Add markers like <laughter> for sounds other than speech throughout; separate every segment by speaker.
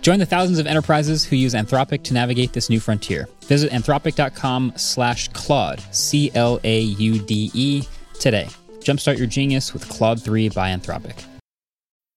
Speaker 1: Join the thousands of enterprises who use Anthropic to navigate this new frontier. Visit anthropic.com slash Claude, C L A U D E, today. Jumpstart your genius with Claude 3 by Anthropic.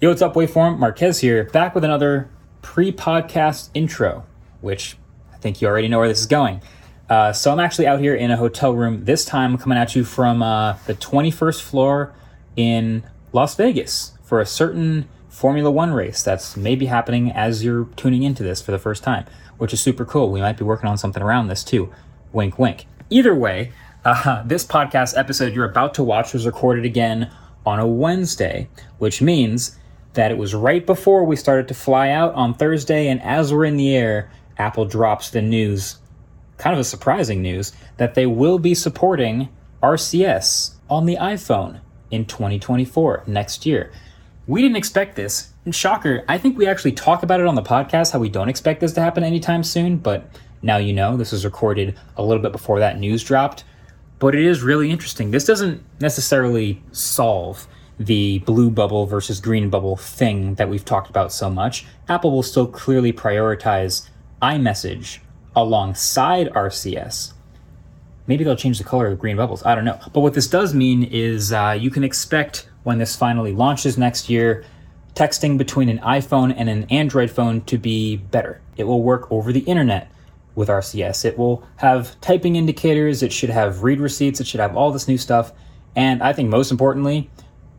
Speaker 1: Yo, what's up, Waveform? Marquez here, back with another pre podcast intro, which I think you already know where this is going. Uh, so, I'm actually out here in a hotel room this time, coming at you from uh, the 21st floor in Las Vegas for a certain Formula One race that's maybe happening as you're tuning into this for the first time, which is super cool. We might be working on something around this too. Wink, wink. Either way, uh, this podcast episode you're about to watch was recorded again on a Wednesday, which means that it was right before we started to fly out on Thursday. And as we're in the air, Apple drops the news, kind of a surprising news, that they will be supporting RCS on the iPhone in 2024, next year. We didn't expect this. And shocker, I think we actually talk about it on the podcast how we don't expect this to happen anytime soon, but now you know this was recorded a little bit before that news dropped. But it is really interesting. This doesn't necessarily solve the blue bubble versus green bubble thing that we've talked about so much. Apple will still clearly prioritize iMessage alongside RCS. Maybe they'll change the color of green bubbles. I don't know. But what this does mean is uh, you can expect when this finally launches next year, texting between an iPhone and an Android phone to be better. It will work over the internet with RCS. It will have typing indicators, it should have read receipts, it should have all this new stuff. And I think most importantly,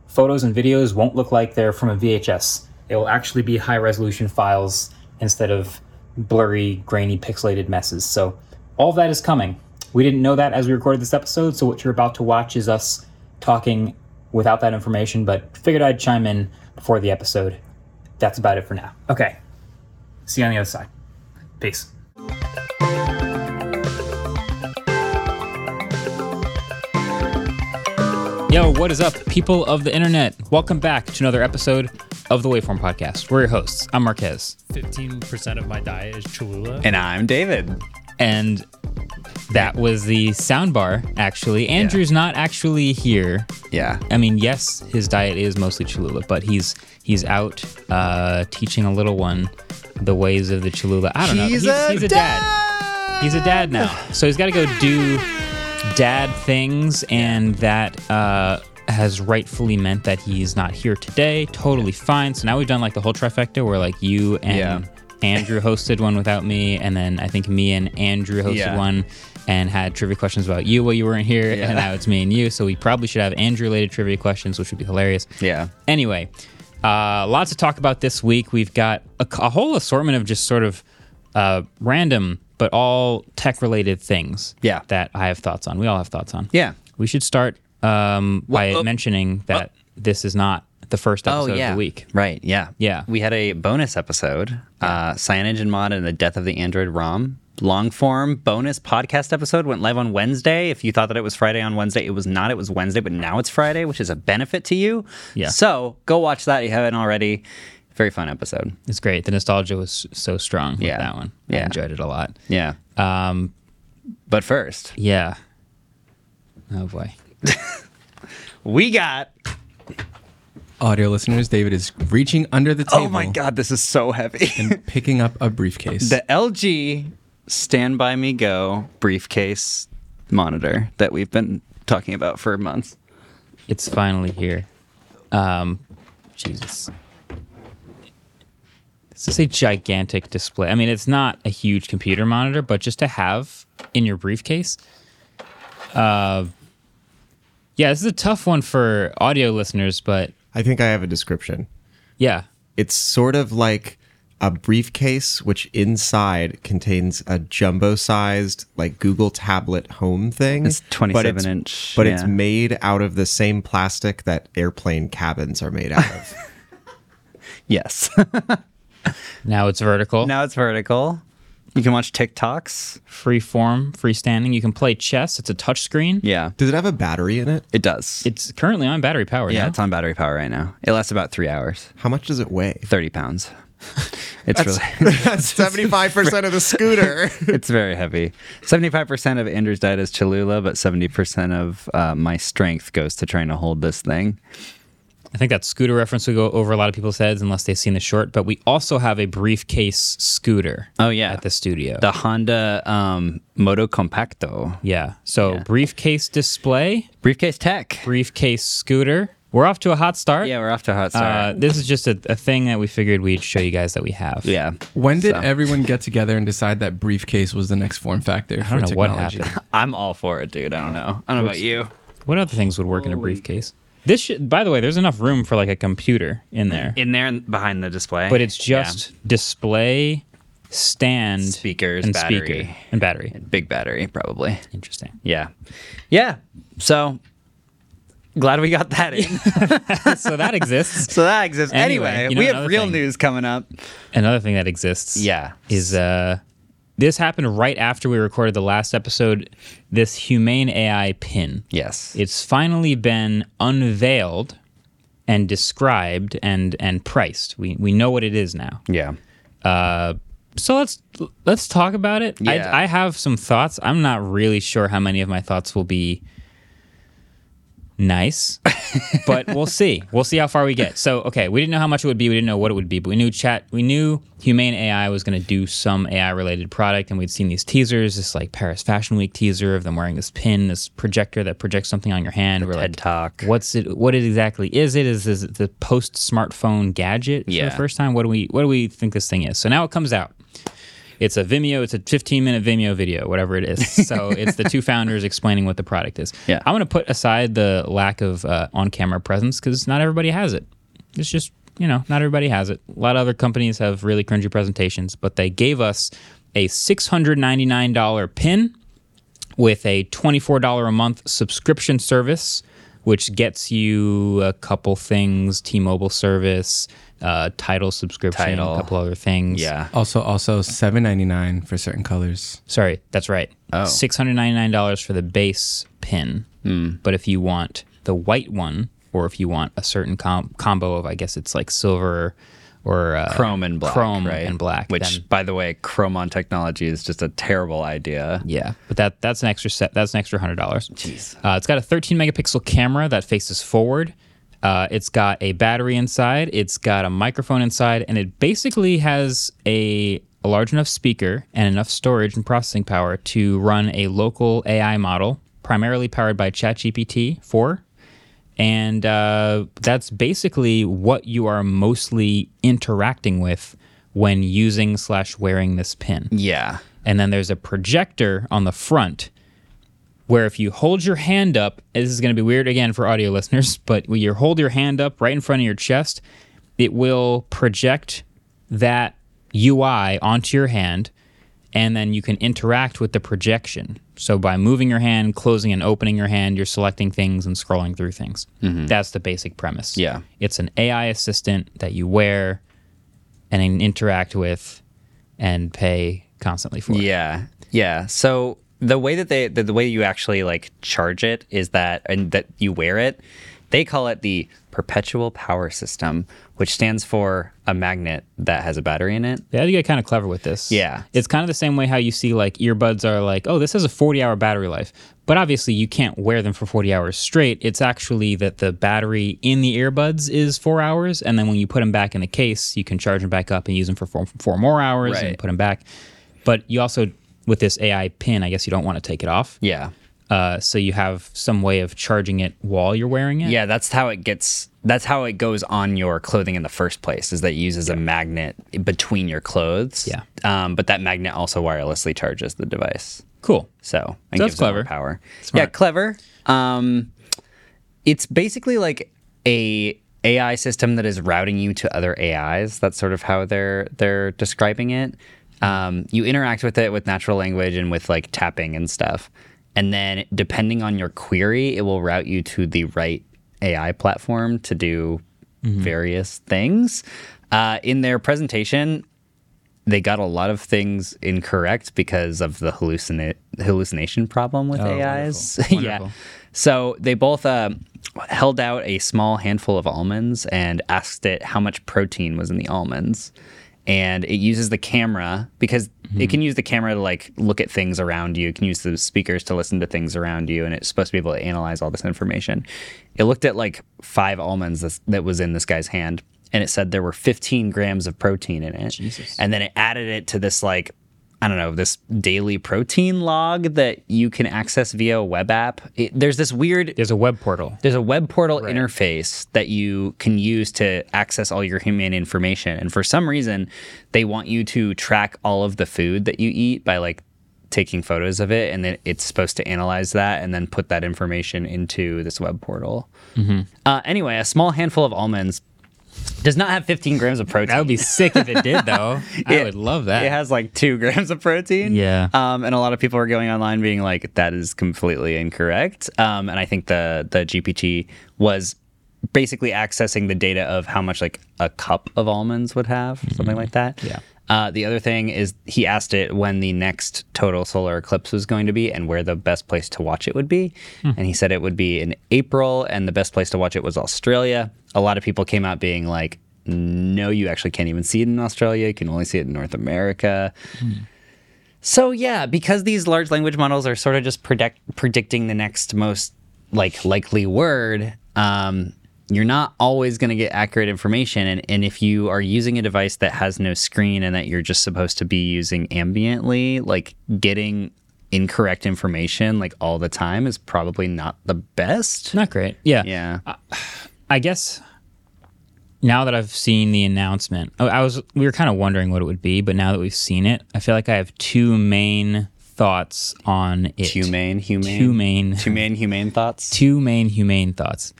Speaker 1: photos and videos won't look like they're from a VHS. It will actually be high resolution files instead of blurry, grainy, pixelated messes. So all that is coming. We didn't know that as we recorded this episode, so what you're about to watch is us talking without that information, but figured I'd chime in before the episode. That's about it for now. Okay. See you on the other side. Peace. Yo, what is up, people of the internet? Welcome back to another episode of the Waveform Podcast. We're your hosts. I'm Marquez.
Speaker 2: 15% of my diet is Cholula.
Speaker 3: And I'm David.
Speaker 1: And that was the soundbar, actually. Andrew's not actually here.
Speaker 3: Yeah.
Speaker 1: I mean, yes, his diet is mostly Cholula, but he's he's out uh, teaching a little one the ways of the Cholula. I don't know. He's, he's a dad. He's a dad now. So he's got to go do dad things, and that uh, has rightfully meant that he's not here today. Totally fine. So now we've done like the whole trifecta where like you and
Speaker 3: Yeah.
Speaker 1: Andrew hosted one without me, and then I think me and Andrew hosted
Speaker 3: Yeah.
Speaker 1: one and had trivia questions about you while you weren't here, and now it's me and you. So we probably should have Andrew related trivia questions, which would be hilarious.
Speaker 3: Yeah.
Speaker 1: Anyway, uh, lots to talk about this week. We've got a, a whole assortment of just sort of uh, random but all tech related things
Speaker 3: Yeah.
Speaker 1: that I have thoughts on. We all have thoughts on.
Speaker 3: Yeah.
Speaker 1: We should start um, by
Speaker 3: Well, Oh, uh,
Speaker 1: mentioning that this is not the first episode of the week.
Speaker 3: Right. Yeah.
Speaker 1: Yeah.
Speaker 3: We had a bonus episode, uh, Cyanogen Mod and the Death of the Android ROM. Long form bonus podcast episode went live on Wednesday. If you thought that it was Friday on Wednesday, it was not. It was Wednesday, but now it's Friday, which is a benefit to you.
Speaker 1: Yeah.
Speaker 3: So go watch that if you haven't already. Very fun episode.
Speaker 1: It's great. The nostalgia was so strong with
Speaker 3: Yeah.
Speaker 1: that one. I
Speaker 3: Yeah.
Speaker 1: enjoyed it a lot.
Speaker 3: Yeah. Um, but first,
Speaker 1: Yeah. Oh boy.
Speaker 3: we got.
Speaker 2: Audio listeners, David is reaching under the table
Speaker 3: Oh my God, this is so heavy. <laughs>
Speaker 2: and picking up a briefcase.
Speaker 3: the LG Stand By Me Go briefcase monitor that we've been talking about for months.
Speaker 1: It's finally here. Um, Jesus. It's just a gigantic display. I mean, it's not a huge computer monitor, but just to have in your briefcase. Uh, yeah, this is a tough one for audio listeners, but
Speaker 4: I think I have a description.
Speaker 1: yeah,
Speaker 4: It's sort of like a briefcase which inside contains a jumbo-sized like Google tablet home thing.
Speaker 3: It's
Speaker 4: but
Speaker 3: 27 inch,
Speaker 4: But it's
Speaker 3: yeah.
Speaker 4: made out of the same plastic that airplane cabins are made out
Speaker 3: <laughs>
Speaker 4: of.
Speaker 3: Yes. <laughs>
Speaker 1: now it's vertical,
Speaker 3: now it's vertical. You can watch TikToks.
Speaker 1: free form, freestanding. You can play chess. It's a touch screen.
Speaker 3: Yeah,
Speaker 4: Does it have a battery in it?
Speaker 3: it does.
Speaker 1: It's currently on battery power.
Speaker 3: yeah,
Speaker 1: no?
Speaker 3: it's on battery power right now. It lasts about three hours,
Speaker 4: How much does it
Speaker 3: <laughs>
Speaker 4: weigh?
Speaker 3: 30 pounds. It's really, <laughs>
Speaker 4: <laughs> That's 75% of the scooter.
Speaker 3: it's very heavy. 75% of Andrew's diet is Cholula, but 70% of uh, my strength goes to trying to hold this thing.
Speaker 1: I think that scooter reference will go over a lot of people's heads unless they've seen the short. But we also have a briefcase scooter.
Speaker 3: Oh, yeah.
Speaker 1: at the studio.
Speaker 3: The Honda um, Moto Compacto.
Speaker 1: yeah. So briefcase display,
Speaker 3: Briefcase Tech.
Speaker 1: briefcase scooter. We're off to a hot start.
Speaker 3: Yeah, we're off to a hot
Speaker 1: Uh,
Speaker 3: start.
Speaker 1: this is just a, a thing that we figured we'd show you guys that we have.
Speaker 3: yeah.
Speaker 2: When did
Speaker 3: So.
Speaker 2: everyone get together and decide that briefcase was the next form factor?
Speaker 1: I don't know
Speaker 2: for
Speaker 1: what
Speaker 2: technology?
Speaker 1: happened.
Speaker 3: I'm all for it, dude. I don't know. I don't know about you.
Speaker 1: What other things would work in a briefcase? This, should, by the way, there's enough room for like a computer in there,
Speaker 3: In there and behind the display.
Speaker 1: but it's
Speaker 3: Yeah.
Speaker 1: just display, stand,
Speaker 3: Speakers,
Speaker 1: and
Speaker 3: battery.
Speaker 1: speaker and battery.
Speaker 3: big battery, probably.
Speaker 1: Interesting.
Speaker 3: Yeah. Yeah. So glad we got that <laughs> in.
Speaker 1: so that
Speaker 3: <laughs>
Speaker 1: exists.
Speaker 3: so that exists. Anyway,
Speaker 1: Anyway, you know
Speaker 3: we have
Speaker 1: another
Speaker 3: real
Speaker 1: thing.
Speaker 3: news coming up.
Speaker 1: Another thing that exists.
Speaker 3: Yeah.
Speaker 1: Is uh this happened right after we recorded the last episode, this humane AI pin.
Speaker 3: Yes.
Speaker 1: It's finally been unveiled and described and and priced. We we know what it is now.
Speaker 3: yeah.
Speaker 1: So let's let's talk about it.
Speaker 3: Yeah.
Speaker 1: I, I have some thoughts. I'm not really sure how many of my thoughts will be
Speaker 3: <laughs>
Speaker 1: nice, but we'll see. We'll see how far we get. So okay, we didn't know how much it would be. We didn't know what it would be, but we knew chat. We knew Humane AI was going to do some AI related product, and we'd seen these teasers, this like Paris Fashion Week teaser of them wearing this pin, this projector that projects something on your hand. We're
Speaker 3: TED
Speaker 1: like,
Speaker 3: Talk.
Speaker 1: What's it? What it exactly is it? Is is it the post smartphone gadget for
Speaker 3: Yeah.
Speaker 1: the first time? What do we what do we think this thing is? So now it comes out. It's a Vimeo. It's a 15 minute Vimeo video, whatever it is.
Speaker 3: <laughs>
Speaker 1: So it's the two founders explaining what the product is.
Speaker 3: Yeah.
Speaker 1: I'm going to put aside the lack of uh, on camera presence because not everybody has it. It's just you know not everybody has it. A lot of other companies have really cringy presentations, but they gave us a $699 pin with a $24 a month subscription service, which gets you a couple things T Mobile service, uh, title subscription,
Speaker 3: Tidal.
Speaker 1: a couple other things.
Speaker 3: Yeah.
Speaker 2: Also, also seven ninety nine for certain colors.
Speaker 1: Sorry, that's right. $699 for the base pin. But if you want the white one, or if you want a certain com- combo of, I guess it's like silver or uh,
Speaker 3: Chrome and black.
Speaker 1: Chrome
Speaker 3: right?
Speaker 1: and black.
Speaker 3: Which,
Speaker 1: then-
Speaker 3: by the way, Chrome on technology is just a terrible idea.
Speaker 1: Yeah, but that that's an extra set. That's an extra hundred dollars. Jeez. Uh, it's got a 13 megapixel camera that faces forward. Uh, it's got a battery inside. It's got a microphone inside, and it basically has a, a large enough speaker and enough storage and processing power to run a local AI model, primarily powered by ChatGPT four. And uh, that's basically what you are mostly interacting with when using slash wearing this pin
Speaker 3: Yeah.
Speaker 1: and then there's a projector on the front where if you hold your hand up this is going to be weird again for audio <laughs> listeners but when you hold your hand up right in front of your chest it will project that ui onto your hand and then you can interact with the projection so by moving your hand closing and opening your hand you're selecting things and scrolling through things that's the basic premise
Speaker 3: Mm-hmm. Yeah.
Speaker 1: it's an ai assistant that you wear and then interact with and pay constantly for it.
Speaker 3: Yeah, yeah. So the way that they, the, the way you actually like charge it is that, and that you wear it, they call it the perpetual power system, which stands for a magnet that has a battery in it.
Speaker 1: They had to get kind of clever with this.
Speaker 3: Yeah.
Speaker 1: It's kind of the same way how you see like earbuds are like, oh, this has a 40 hour battery life. But obviously, you can't wear them for 40 hours straight. It's actually that the battery in the earbuds is four hours. And then when you put them back in the case, you can charge them back up and use them for four, four more hours
Speaker 3: Right.
Speaker 1: and put them back. But you also, with this AI pin, I guess you don't want to take it off.
Speaker 3: Yeah,
Speaker 1: uh, so you have some way of charging it while you're wearing it.
Speaker 3: Yeah, that's how it gets. That's how it goes on your clothing in the first place. Is that it uses a magnet between your clothes?
Speaker 1: Yeah.
Speaker 3: Um, but that magnet also wirelessly charges the device.
Speaker 1: Cool.
Speaker 3: So and
Speaker 1: So that's
Speaker 3: gives it more
Speaker 1: clever.
Speaker 3: power.
Speaker 1: Smart.
Speaker 3: Yeah, clever. Um, it's basically like a AI system that is routing you to other AIs. That's sort of how they're they're describing it. Um, you interact with it with natural language and with like tapping and stuff, and then depending on your query, it will route you to the right AI platform to do
Speaker 1: Mm-hmm.
Speaker 3: various things. Uh, in their presentation, they got a lot of things incorrect because of the hallucina- hallucination problem with AIs.
Speaker 1: Oh, wonderful,
Speaker 3: <laughs> yeah.
Speaker 1: wonderful.
Speaker 3: So they both uh, held out a small handful of almonds and asked it how much protein was in the almonds. And it uses the camera because it can use the camera to like look at things around you. It can use the speakers to listen to things around you, and it's supposed to be able to analyze all this information. It looked at like five almonds that, that was in this guy's hand, and it said there were 15 grams of protein in it. And then it added it to this like I don't know, this daily protein log that you can access via a web app. It, there's this weird,
Speaker 1: There's a web portal.
Speaker 3: there's a web portal interface that you can use to access all your human information. And for some reason, they want you to track all of the food that you eat by like taking photos of it. And then it's supposed to analyze that and then put that information into this web portal.
Speaker 1: Mm-hmm.
Speaker 3: Uh, anyway, a small handful of almonds does not have 15 grams of protein.
Speaker 1: That would be sick if it did,
Speaker 3: <laughs>
Speaker 1: though. I
Speaker 3: It-
Speaker 1: would love that.
Speaker 3: It has like two <laughs> grams of protein.
Speaker 1: Yeah.
Speaker 3: Um, and a lot of people are going online being like, that is completely incorrect. Um, and I think the the GPT was basically accessing the data of how much like a cup of almonds would have, something like that.
Speaker 1: Mm-hmm. Yeah.
Speaker 3: Uh, the other thing is he asked it when the next total solar eclipse was going to be and where the best place to watch it would be.
Speaker 1: Hmm.
Speaker 3: And he said it would be in April and the best place to watch it was Australia. A lot of people came out being like, no, you actually can't even see it in Australia. You can only see it in North America. So yeah, because these large language models are sort of just predict- predicting the next most like likely word, um, you're not always going to get accurate information. And, and if you are using a device that has no screen and that you're just supposed to be using ambiently, like getting incorrect information like all the time is probably not the best.
Speaker 1: not great. Yeah.
Speaker 3: Yeah.
Speaker 1: I guess now that I've seen the announcement, oh, I- I was we were kind of wondering what it would be, but now that we've seen it, I feel like I have two main thoughts on it.
Speaker 3: Humane, humane,
Speaker 1: Two main.
Speaker 3: humane, humane
Speaker 1: <laughs>
Speaker 3: thoughts.
Speaker 1: two main humane thoughts.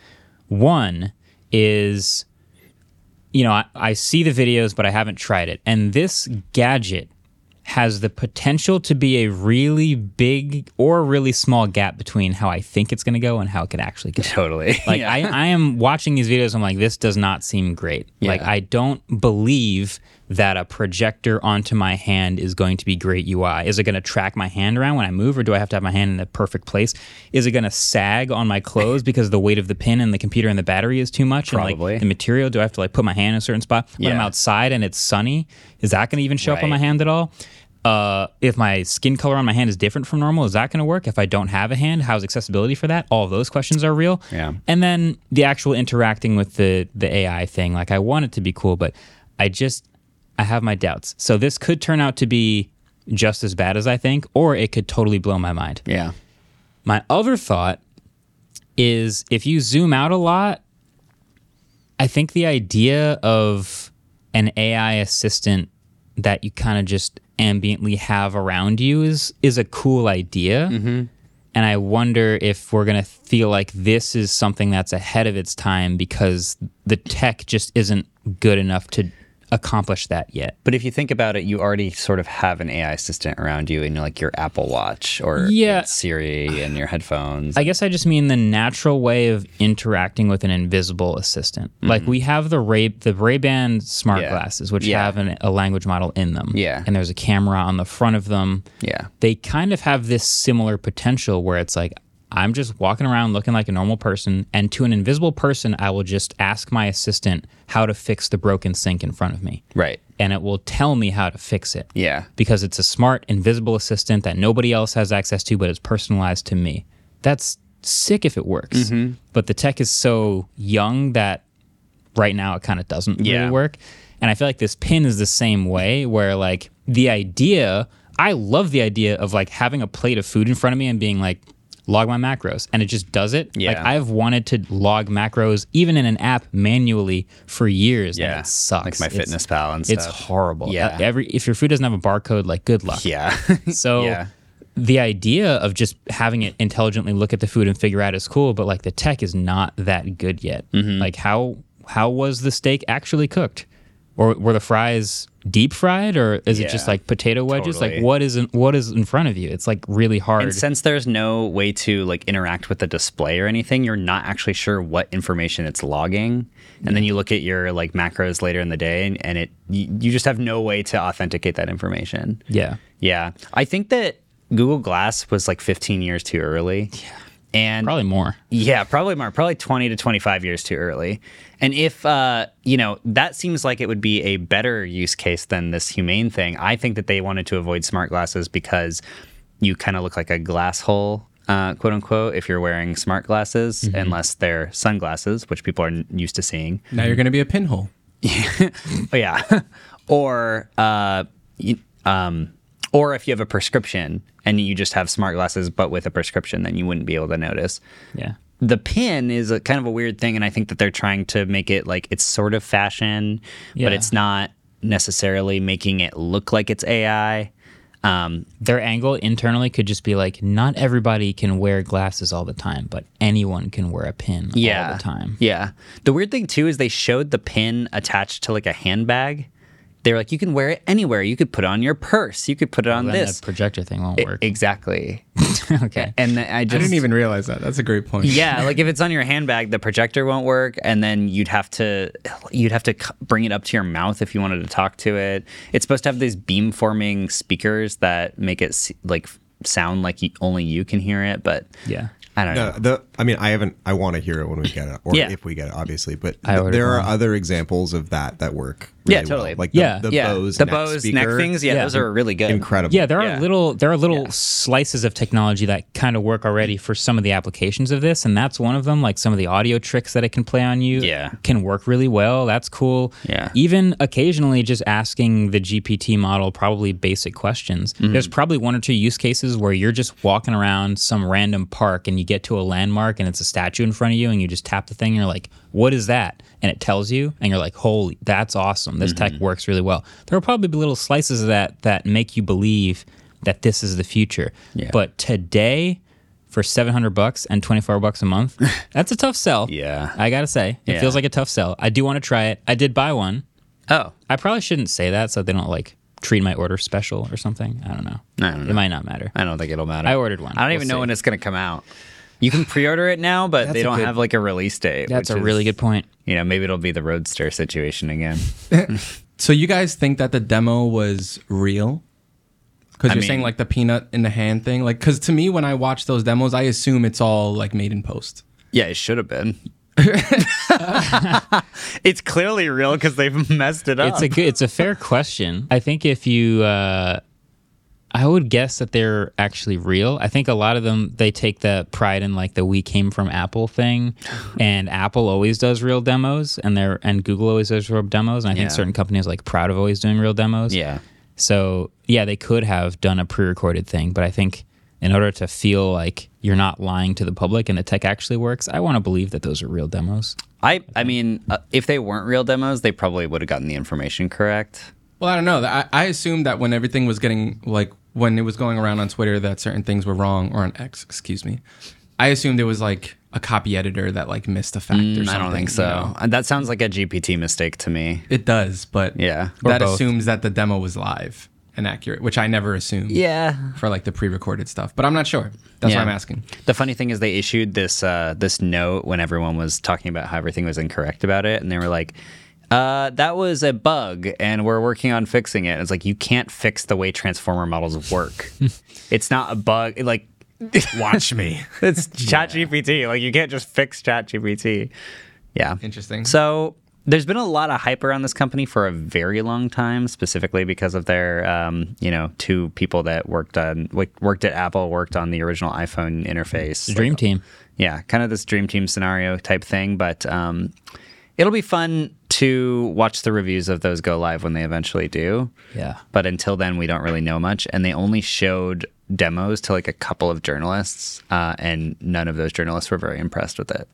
Speaker 1: One is, you know, I, I see the videos, but I haven't tried it. And this gadget has the potential to be a really big or really small gap between how I think it's going to go and how it could actually go.
Speaker 3: Totally. <laughs>
Speaker 1: Like I, I am watching these videos. I'm like, this does not seem great. Like I don't believe that a projector onto my hand is going to be great UI. Is it going to track my hand around when I move, or do I have to have my hand in the perfect place? Is it going to sag on my
Speaker 3: <laughs>
Speaker 1: clothes because the weight of the pin and the computer and the battery is too much? And
Speaker 3: Probably.
Speaker 1: like the material, do I have to like put my hand in a certain spot when I'm
Speaker 3: Yeah.
Speaker 1: outside and it's sunny? Is that going to even show up on
Speaker 3: Right.
Speaker 1: my hand at all? Uh, if my skin color on my hand is different from normal, is that going to work? If I don't have a hand, how's accessibility for that? All of those questions are real.
Speaker 3: Yeah.
Speaker 1: Mm-hmm. And then the actual interacting with the the AI thing, like I want it to be cool, but I just I have my doubts. So this could turn out to be just as bad as I think, or it could totally blow my mind.
Speaker 3: yeah.
Speaker 1: My other thought is if you zoom out a lot, I think the idea of an AI assistant that you kind of just ambiently have around you is is a cool idea. And I wonder if we're going to feel like this is something that's ahead of its time because the tech just isn't good enough to accomplish that yet.
Speaker 3: But if you think about it, you already sort of have an AI assistant around you in like your Apple Watch or
Speaker 1: Yeah.
Speaker 3: Siri and your headphones.
Speaker 1: I guess I just mean the natural way of interacting with an invisible assistant. Like we have the Ray the Ray Ban smart
Speaker 3: Mm-hmm. Yeah.
Speaker 1: glasses, which
Speaker 3: Yeah.
Speaker 1: have an, a language model in them.
Speaker 3: Yeah.
Speaker 1: and there's a camera on the front of them.
Speaker 3: yeah.
Speaker 1: They kind of have this similar potential where it's like I'm just walking around looking like a normal person, and to an invisible person, I will just ask my assistant how to fix the broken sink in front of me,
Speaker 3: Right.
Speaker 1: and it will tell me how to fix it.
Speaker 3: Yeah.
Speaker 1: Because it's a smart, invisible assistant that nobody else has access to, but it's personalized to me. That's sick if it works.
Speaker 3: Mm-hmm.
Speaker 1: But the tech is so young that right now it kind of doesn't
Speaker 3: Yeah.
Speaker 1: really work. And I feel like this pin is the same way, where like the idea, I love the idea of like having a plate of food in front of me and being like, log my macros, and it just does it. Like
Speaker 3: Yeah.
Speaker 1: I've wanted to log macros even in an app manually for years.
Speaker 3: Yeah.
Speaker 1: and it sucks.
Speaker 3: Like my
Speaker 1: It's-
Speaker 3: Fitness Pal and
Speaker 1: It's
Speaker 3: stuff.
Speaker 1: horrible.
Speaker 3: Yeah.
Speaker 1: Uh, every if your food doesn't have a barcode, like good luck.
Speaker 3: Yeah.
Speaker 1: <laughs> So
Speaker 3: Yeah.
Speaker 1: the idea of just having it intelligently look at the food and figure out is cool, but like the tech is not that good yet.
Speaker 3: Mm-hmm.
Speaker 1: Like how how was the steak actually cooked? Or were the fries deep fried or is it just
Speaker 3: Yeah.
Speaker 1: like potato wedges? Like
Speaker 3: Totally.
Speaker 1: what is in, what is in front of you? It's like really hard.
Speaker 3: And since there's no way to like interact with the display or anything, you're not actually sure what information it's logging. And then you look at your like macros later in the day, and, and it you, you just have no way to authenticate that information.
Speaker 1: yeah.
Speaker 3: Yeah, I think that Google Glass was like 15 years too early. Yeah, and
Speaker 1: Probably more.
Speaker 3: yeah, probably more, probably 20 to 25 years too early. And if, uh, you know, that seems like it would be a better use case than this humane thing. I think that they wanted to avoid smart glasses because you kind of look like a glass hole, uh, quote unquote, if you're wearing smart glasses, unless they're sunglasses, which people are n- used to seeing. <laughs>
Speaker 2: Now you're going to be a pinhole.
Speaker 3: Oh, yeah. <laughs> or, uh, you, um, or if you have a prescription and you just have smart glasses, but with a prescription, then you wouldn't be able to notice
Speaker 1: Yeah.
Speaker 3: the pin is a kind of a weird thing and i think that they're trying to make it like it's sort of fashion
Speaker 1: Yeah.
Speaker 3: but it's not necessarily making it look like it's ai um,
Speaker 1: Their angle internally could just be like not everybody can wear glasses all the time, but anyone can wear a pin
Speaker 3: yeah
Speaker 1: all the time.
Speaker 3: yeah the weird thing too is they showed the pin attached to like a handbag they were like you can wear it anywhere you could put it on your purse you could put it on
Speaker 1: Then
Speaker 3: this
Speaker 1: that projector thing won't work.
Speaker 3: exactly
Speaker 1: <laughs> okay.
Speaker 3: and then i just
Speaker 2: I didn't even realize that. That's a great point.
Speaker 3: yeah like if it's on your handbag the projector won't work and then you'd have to you'd have to c- bring it up to your mouth if you wanted to talk to it it's supposed to have these beam forming speakers that make it s- like f- sound like y- only you can hear it but
Speaker 1: Yeah.
Speaker 3: i don't
Speaker 4: No,
Speaker 3: know
Speaker 4: the I mean, I haven't. I want to hear it when we get it, or
Speaker 3: Yeah.
Speaker 4: if we get it, obviously. But
Speaker 1: I
Speaker 4: th-
Speaker 1: ordered
Speaker 4: there are
Speaker 1: one.
Speaker 4: other examples of that that work.
Speaker 3: Yeah,
Speaker 4: really
Speaker 3: totally.
Speaker 4: Well. Like
Speaker 1: Yeah.
Speaker 4: the, the
Speaker 3: yeah
Speaker 4: Bose,
Speaker 3: the
Speaker 4: neck
Speaker 3: Bose neck
Speaker 4: speaker,
Speaker 3: things yeah,
Speaker 1: Yeah.
Speaker 3: those are really good
Speaker 4: incredible.
Speaker 1: Yeah, there are
Speaker 3: Yeah.
Speaker 1: little there are little slices of technology that kind of work already for some of the applications of this, and that's one of them. Like some of the audio tricks that it can play on you,
Speaker 3: Yeah.
Speaker 1: can work really well. That's cool.
Speaker 3: Yeah.
Speaker 1: even occasionally just asking the GPT model probably basic questions.
Speaker 3: Mm-hmm.
Speaker 1: There's probably one or two use cases where you're just walking around some random park and you get to a landmark and it's a statue in front of you, and you just tap the thing and you're like, "What is that?" And it tells you, and you're like, "Holy, that's awesome! This
Speaker 3: Mm-hmm.
Speaker 1: tech works really well." There will probably be little slices of that that make you believe that this is the future.
Speaker 3: Yeah.
Speaker 1: But today, for 700 bucks and 24 bucks a
Speaker 3: <laughs>
Speaker 1: month, that's a tough sell.
Speaker 3: Yeah.
Speaker 1: I got to say, it
Speaker 3: Yeah.
Speaker 1: feels like a tough sell. I do want to try it. I did buy one.
Speaker 3: oh
Speaker 1: I probably shouldn't say that so they don't like treat my order special or something. I don't know.
Speaker 3: I don't
Speaker 1: It
Speaker 3: know.
Speaker 1: might not matter.
Speaker 3: i don't think it'll matter
Speaker 1: I ordered one.
Speaker 3: i don't
Speaker 1: We'll
Speaker 3: even know
Speaker 1: see.
Speaker 3: when it's going to come out you can pre-order it now but they
Speaker 4: a
Speaker 3: don't
Speaker 4: good-
Speaker 3: have like a release date
Speaker 1: That's a
Speaker 3: which is-
Speaker 1: really good point.
Speaker 3: you know maybe it'll be the roadster situation again
Speaker 2: So you guys think that the demo was real? Because
Speaker 3: I
Speaker 2: you're
Speaker 3: mean-
Speaker 2: saying like the peanut in the hand thing. Like, because to me, when I watch those demos, I assume it's all like made in post.
Speaker 3: Yeah, it should have been. <laughs> it's clearly real because they've messed it up.
Speaker 1: It's a good, it's a fair question. I think if you, uh, I would guess that they're actually real. I think a lot of them they take the pride in like the "we came from Apple"
Speaker 3: <laughs>
Speaker 1: thing, and Apple always does real demos, and they're and Google always does real demos, and I think
Speaker 3: Yeah.
Speaker 1: certain companies like proud of always doing real demos.
Speaker 3: yeah,
Speaker 1: So yeah, they could have done a pre-recorded thing, but I think in order to feel like you're not lying to the public and the tech actually works, I want to believe that those are real demos.
Speaker 3: I I mean, uh, if they weren't real demos, they probably would have gotten the information correct.
Speaker 2: Well, I don't know. I, I assumed that when everything was getting like when it was going around on Twitter that certain things were wrong or on X, excuse me. I assumed it was like a copy editor that like missed a fact or something.
Speaker 3: Mm, I don't think
Speaker 2: you
Speaker 3: so.
Speaker 2: know?
Speaker 3: Uh, That sounds like a GPT mistake to me.
Speaker 2: It does, but
Speaker 3: Yeah. Or
Speaker 2: that
Speaker 1: both.
Speaker 2: assumes that the demo was live and accurate, which I never assumed.
Speaker 3: Yeah.
Speaker 2: for like the pre-recorded stuff, but I'm not sure. That's
Speaker 3: Yeah.
Speaker 2: why I'm asking.
Speaker 3: The funny thing is, they issued this uh, this note when everyone was talking about how everything was incorrect about it, and they were like, uh, "That was a bug, and we're working on fixing it." It's like you can't fix the way transformer models
Speaker 4: <laughs>
Speaker 3: work. it's not a bug. Like
Speaker 4: Watch me.
Speaker 3: <laughs> It's ChatGPT. Like you can't just fix ChatGPT. Yeah.
Speaker 2: Interesting.
Speaker 3: So there's been a lot of hype around this company for a very long time, specifically because of their, um, you know, two people that worked on like, worked at Apple, worked on the original iPhone interface.
Speaker 1: The dream
Speaker 3: Like,
Speaker 1: team.
Speaker 3: yeah, kind of this dream team scenario type thing. But um, it'll be fun to watch the reviews of those go live when they eventually do.
Speaker 1: Yeah.
Speaker 3: But until then, we don't really know much. And they only showed demos to like a couple of journalists, uh, and none of those journalists were very impressed with it.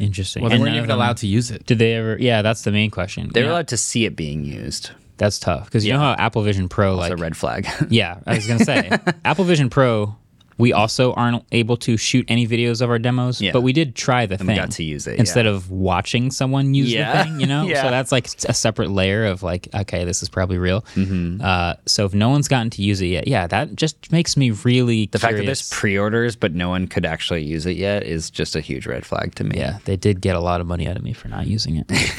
Speaker 1: Interesting.
Speaker 2: Well, they
Speaker 1: And
Speaker 2: weren't
Speaker 1: none
Speaker 2: even
Speaker 1: of them-
Speaker 2: allowed to use it.
Speaker 1: Did they ever? Yeah, that's the main question.
Speaker 3: They were
Speaker 1: Yeah,
Speaker 3: allowed to see it being used.
Speaker 1: That's tough because you know how Apple Vision Pro
Speaker 3: It's
Speaker 1: like
Speaker 3: a red <laughs> flag.
Speaker 1: Yeah, I was gonna
Speaker 3: <laughs>
Speaker 1: say Apple Vision Pro. We also aren't able to shoot any videos of our demos,
Speaker 3: Yeah.
Speaker 1: but we did try the
Speaker 3: we
Speaker 1: thing.
Speaker 3: got to use it, yeah.
Speaker 1: instead of watching someone use
Speaker 3: Yeah.
Speaker 1: the thing. You know,
Speaker 3: <laughs> Yeah.
Speaker 1: so that's like a separate layer of like, okay, this is probably real.
Speaker 3: Mm-hmm.
Speaker 1: Uh, so if no one's gotten to use it yet, yeah, that just makes me really
Speaker 3: the fact that there's
Speaker 1: curious.
Speaker 3: pre-orders but no one could actually use it yet is just a huge red flag to me.
Speaker 1: yeah, they did get a lot of money out of me for not using
Speaker 3: <laughs>
Speaker 1: it.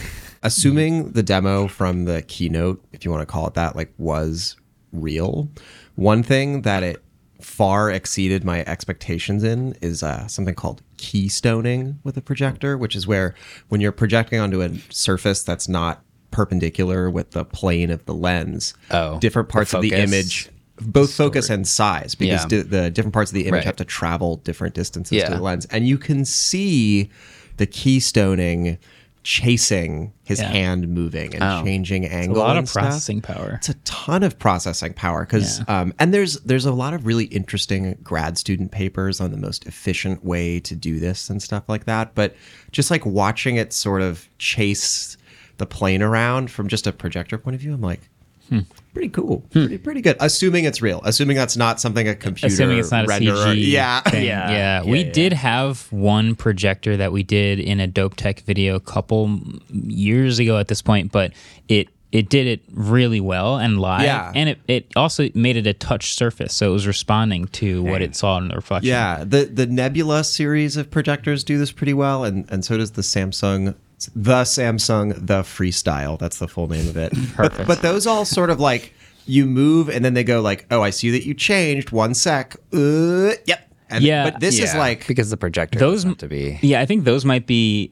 Speaker 4: assuming the demo from the keynote, if you want to call it that, like was real, one thing that it far exceeded my expectations in is uh, something called keystoning with a projector, which is where when you're projecting onto a surface that's not perpendicular with the plane of the lens,
Speaker 3: Oh,
Speaker 4: different
Speaker 3: the
Speaker 4: parts of the
Speaker 3: focus
Speaker 4: image, both focus and size, because
Speaker 3: Yeah.
Speaker 4: di- the different parts of the image
Speaker 3: Right.
Speaker 4: have to travel different distances
Speaker 3: Yeah.
Speaker 4: to the lens. And you can see the keystoning chasing his
Speaker 1: Yeah.
Speaker 4: hand moving and
Speaker 3: Oh.
Speaker 4: changing angle.
Speaker 1: a lot
Speaker 4: and
Speaker 1: of
Speaker 4: stuff.
Speaker 1: processing power.
Speaker 4: It's a ton of processing power because um, and there's there's a lot of really interesting grad student papers on the most efficient way to do this and stuff like that. But just like watching it sort of chase the plane around from just a projector point of view, I'm like.
Speaker 1: Hmm.
Speaker 4: Pretty cool, pretty, pretty good. Assuming it's real, assuming that's not something a computer
Speaker 1: Assuming it's not a
Speaker 4: renderer.
Speaker 1: CG
Speaker 4: yeah,
Speaker 1: thing.
Speaker 3: Yeah.
Speaker 1: Yeah.
Speaker 3: Yeah,
Speaker 1: we
Speaker 3: yeah.
Speaker 1: did have one projector that we did in a Dope Tech video a couple years ago at this point, but it it did it really well and live.
Speaker 4: Yeah.
Speaker 1: And it, it also made it a touch surface, so it was responding to what it saw in the reflection.
Speaker 4: Yeah, the the Nebula series of projectors do this pretty well, and and so does the Samsung, the Samsung, the Freestyle. That's the full name of it. But, but those all sort of like you move, and then they go like, oh, I see that you changed. One sec. Uh, yep. And,
Speaker 1: Yeah.
Speaker 4: But this is
Speaker 3: Yeah,
Speaker 4: like
Speaker 3: because the projector
Speaker 1: Those
Speaker 3: those to be
Speaker 1: Yeah, I think those might be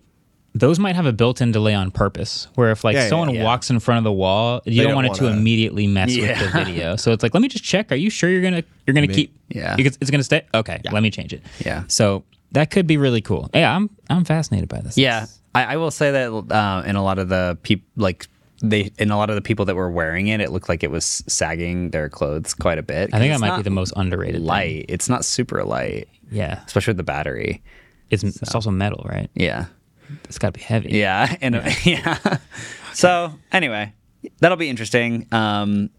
Speaker 1: those might have a built-in delay on purpose where if like
Speaker 4: Yeah, yeah,
Speaker 1: someone
Speaker 4: yeah.
Speaker 1: walks in front of the wall you don't,
Speaker 4: don't
Speaker 1: want it to
Speaker 4: wanna-
Speaker 1: immediately mess
Speaker 3: Yeah.
Speaker 1: with the video so it's like let me just check are you sure you're gonna you're gonna keep
Speaker 3: yeah.
Speaker 1: you- it's gonna stay okay let me change it
Speaker 3: Yeah.
Speaker 1: so that could be really cool yeah i'm i'm fascinated by this
Speaker 3: Yeah, I, I will say that uh, in a lot of the people, like they, in a lot of the people that were wearing it, it looked like it was sagging their clothes quite a bit.
Speaker 1: i think
Speaker 3: 'cause
Speaker 1: that
Speaker 3: it's
Speaker 1: might be
Speaker 3: not
Speaker 1: the most underrated thing.
Speaker 3: light. It's not super light,
Speaker 1: yeah
Speaker 3: especially with the battery.
Speaker 1: it's, it's also metal right
Speaker 3: Yeah,
Speaker 1: it's gotta be heavy
Speaker 3: yeah, <laughs> and yeah. so anyway, that'll be interesting. Um,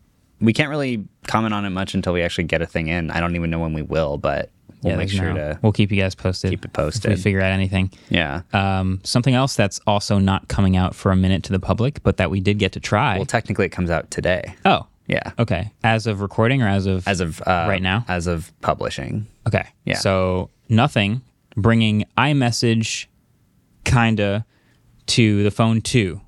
Speaker 3: we can't really comment on it much until we actually get a thing in. I don't even know when we will, but we'll Uh.
Speaker 1: Yeah,
Speaker 3: make
Speaker 1: there's
Speaker 3: sure
Speaker 1: no-
Speaker 3: to.
Speaker 1: we'll keep you guys posted
Speaker 3: keep it
Speaker 1: if
Speaker 3: posted.
Speaker 1: we figure out anything
Speaker 3: yeah.
Speaker 1: um, something else that's also not coming out for a minute to the public, but that we did get to try.
Speaker 3: well, technically, it comes out today.
Speaker 1: Oh.
Speaker 3: Yeah.
Speaker 1: Okay. As of recording or as of
Speaker 3: As of uh,
Speaker 1: Right now?
Speaker 3: as of publishing.
Speaker 1: Okay.
Speaker 3: Yeah.
Speaker 1: So nothing bringing iMessage kinda to the phone two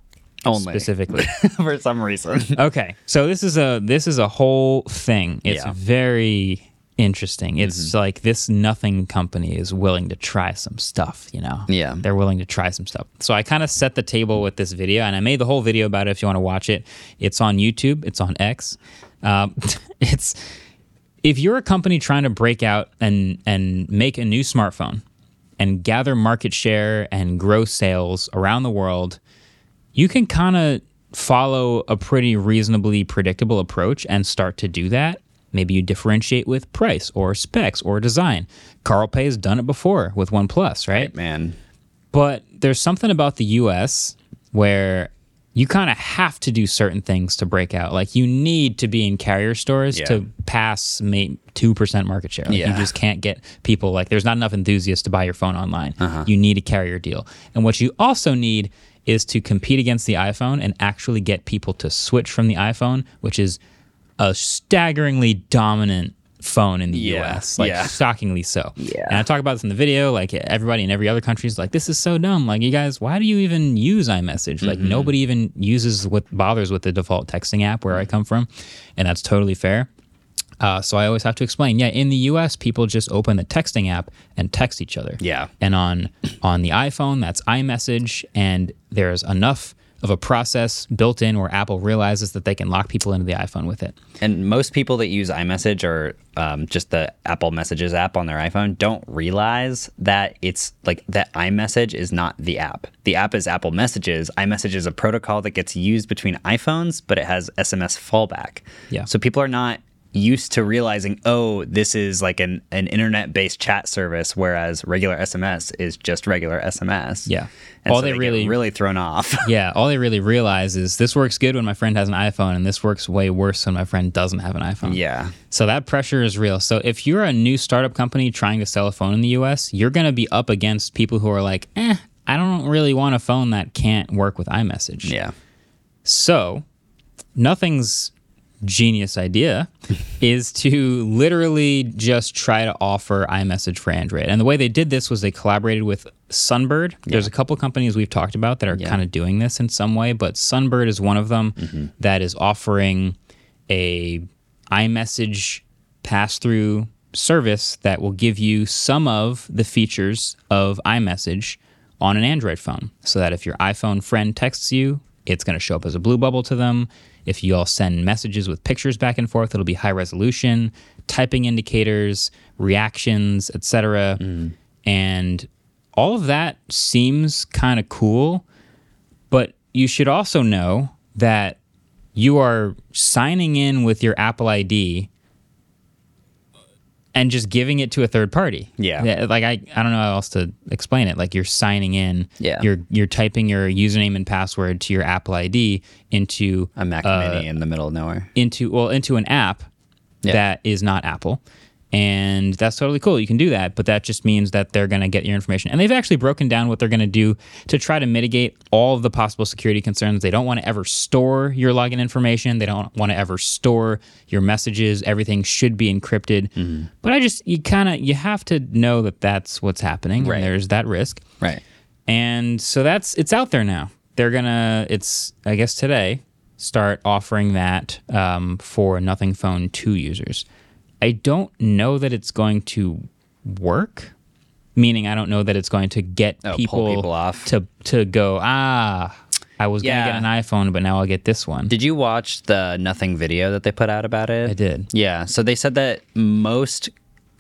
Speaker 3: Only. <laughs>
Speaker 1: specifically.
Speaker 3: <laughs> for some reason.
Speaker 1: okay. So this is a this is a whole thing. It's
Speaker 3: Yeah. Mm-hmm.
Speaker 1: very interesting. It's like this nothing company is willing to try some stuff, you know.
Speaker 3: Yeah.
Speaker 1: They're willing to try some stuff. So I kind of set the table with this video and I made the whole video about it if you want to watch it. It's on YouTube, it's on X. Um, <laughs> it's if you're a company trying to break out and and make a new smartphone and gather market share and grow sales around the world, you can kind of follow a pretty reasonably predictable approach and start to do that. Maybe you differentiate with price or specs or design. Carlpay has done it before with OnePlus, right?
Speaker 3: Man.
Speaker 1: But there's something about the US where you kind of have to do certain things to break out. Like you need to be in carrier stores
Speaker 3: Yeah.
Speaker 1: to pass may- 2% market share. Like You
Speaker 3: Yeah.
Speaker 1: just can't get people, like, there's not enough enthusiasts to buy your phone online.
Speaker 3: Uh-huh.
Speaker 1: You need a carrier deal. And what you also need is to compete against the iPhone and actually get people to switch from the iPhone, which is a staggeringly dominant phone in the
Speaker 3: Yeah.
Speaker 1: US. Like
Speaker 3: Yeah.
Speaker 1: shockingly so.
Speaker 3: Yeah.
Speaker 1: And I talk about this in the video. Like everybody in every other country is like, this is so dumb. Like you guys, why do you even use iMessage?
Speaker 3: Mm-hmm.
Speaker 1: Like nobody even uses what bothers with the default texting app where I come from, and that's totally fair. Uh, so I always have to explain. Yeah, in the U.S., people just open the texting app and text each other.
Speaker 3: Yeah.
Speaker 1: And on on the iPhone, that's iMessage, and there's enough of a process built in where Apple realizes that they can lock people into the iPhone with it.
Speaker 3: And most people that use iMessage or um, just the Apple Messages app on their iPhone don't realize that it's like that iMessage is not the app. The app is Apple Messages. iMessage is a protocol that gets used between iPhones, but it has SMS fallback.
Speaker 1: Yeah.
Speaker 3: So people are not used to realizing, oh, this is like an, an internet based chat service, whereas regular SMS is just regular SMS.
Speaker 1: Yeah.
Speaker 3: And
Speaker 1: All
Speaker 3: so
Speaker 1: they
Speaker 3: they
Speaker 1: really-
Speaker 3: really really thrown off. <laughs>
Speaker 1: Yeah, all they really realize is this works good when my friend has an iPhone, and this works way worse when my friend doesn't have an iPhone.
Speaker 3: yeah.
Speaker 1: So that pressure is real. So if you're a new startup company trying to sell a phone in the US, you're going to be up against people who are like, eh, I don't really want a phone that can't work with iMessage.
Speaker 3: Yeah.
Speaker 1: So nothing's genius idea is to literally just try to offer iMessage for Android. And the way they did this was they collaborated with Sunbird. There's a couple companies we've talked about that are kind of doing this in some way, but Sunbird is one of them that is offering a iMessage pass through service that will give you some of the features of iMessage on an Android phone so that if your iPhone friend texts you, it's going to show up as a blue bubble to them. If you all send messages with pictures back and forth, it'll be high resolution, typing indicators, reactions, etc. And all of that seems kind of cool, but you should also know that you are signing in with your Apple ID and just giving it to a third party.
Speaker 3: Yeah.
Speaker 1: like I, I don't know how else to explain it. Like you're signing in.
Speaker 3: Yeah.
Speaker 1: You're you're typing your username and password to your Apple ID into
Speaker 3: A Mac Mini in the middle of nowhere.
Speaker 1: into well into an app that is not Apple. And that's totally cool. You can do that, but that just means that they're going to get your information. And they've actually broken down what they're going to do to try to mitigate all of the possible security concerns. They don't want to ever store your login information. They don't want to ever store your messages. Everything should be encrypted. But I just you kind of you have to know that that's what's happening.
Speaker 3: Right.
Speaker 1: And there's that risk.
Speaker 3: Right.
Speaker 1: And so that's it's out there now. They're gonna it's I guess today start offering that um, for Nothing Phone two users. I don't know that it's going to work. Meaning, I don't know that it's going to get
Speaker 3: Oh, pull
Speaker 1: people,
Speaker 3: people off.
Speaker 1: to to go. Ah, I was
Speaker 3: Yeah.
Speaker 1: gonna get an iPhone, but now I'll get this one.
Speaker 3: Did you watch the Nothing video that they put out about it?
Speaker 1: I did.
Speaker 3: Yeah. So they said that most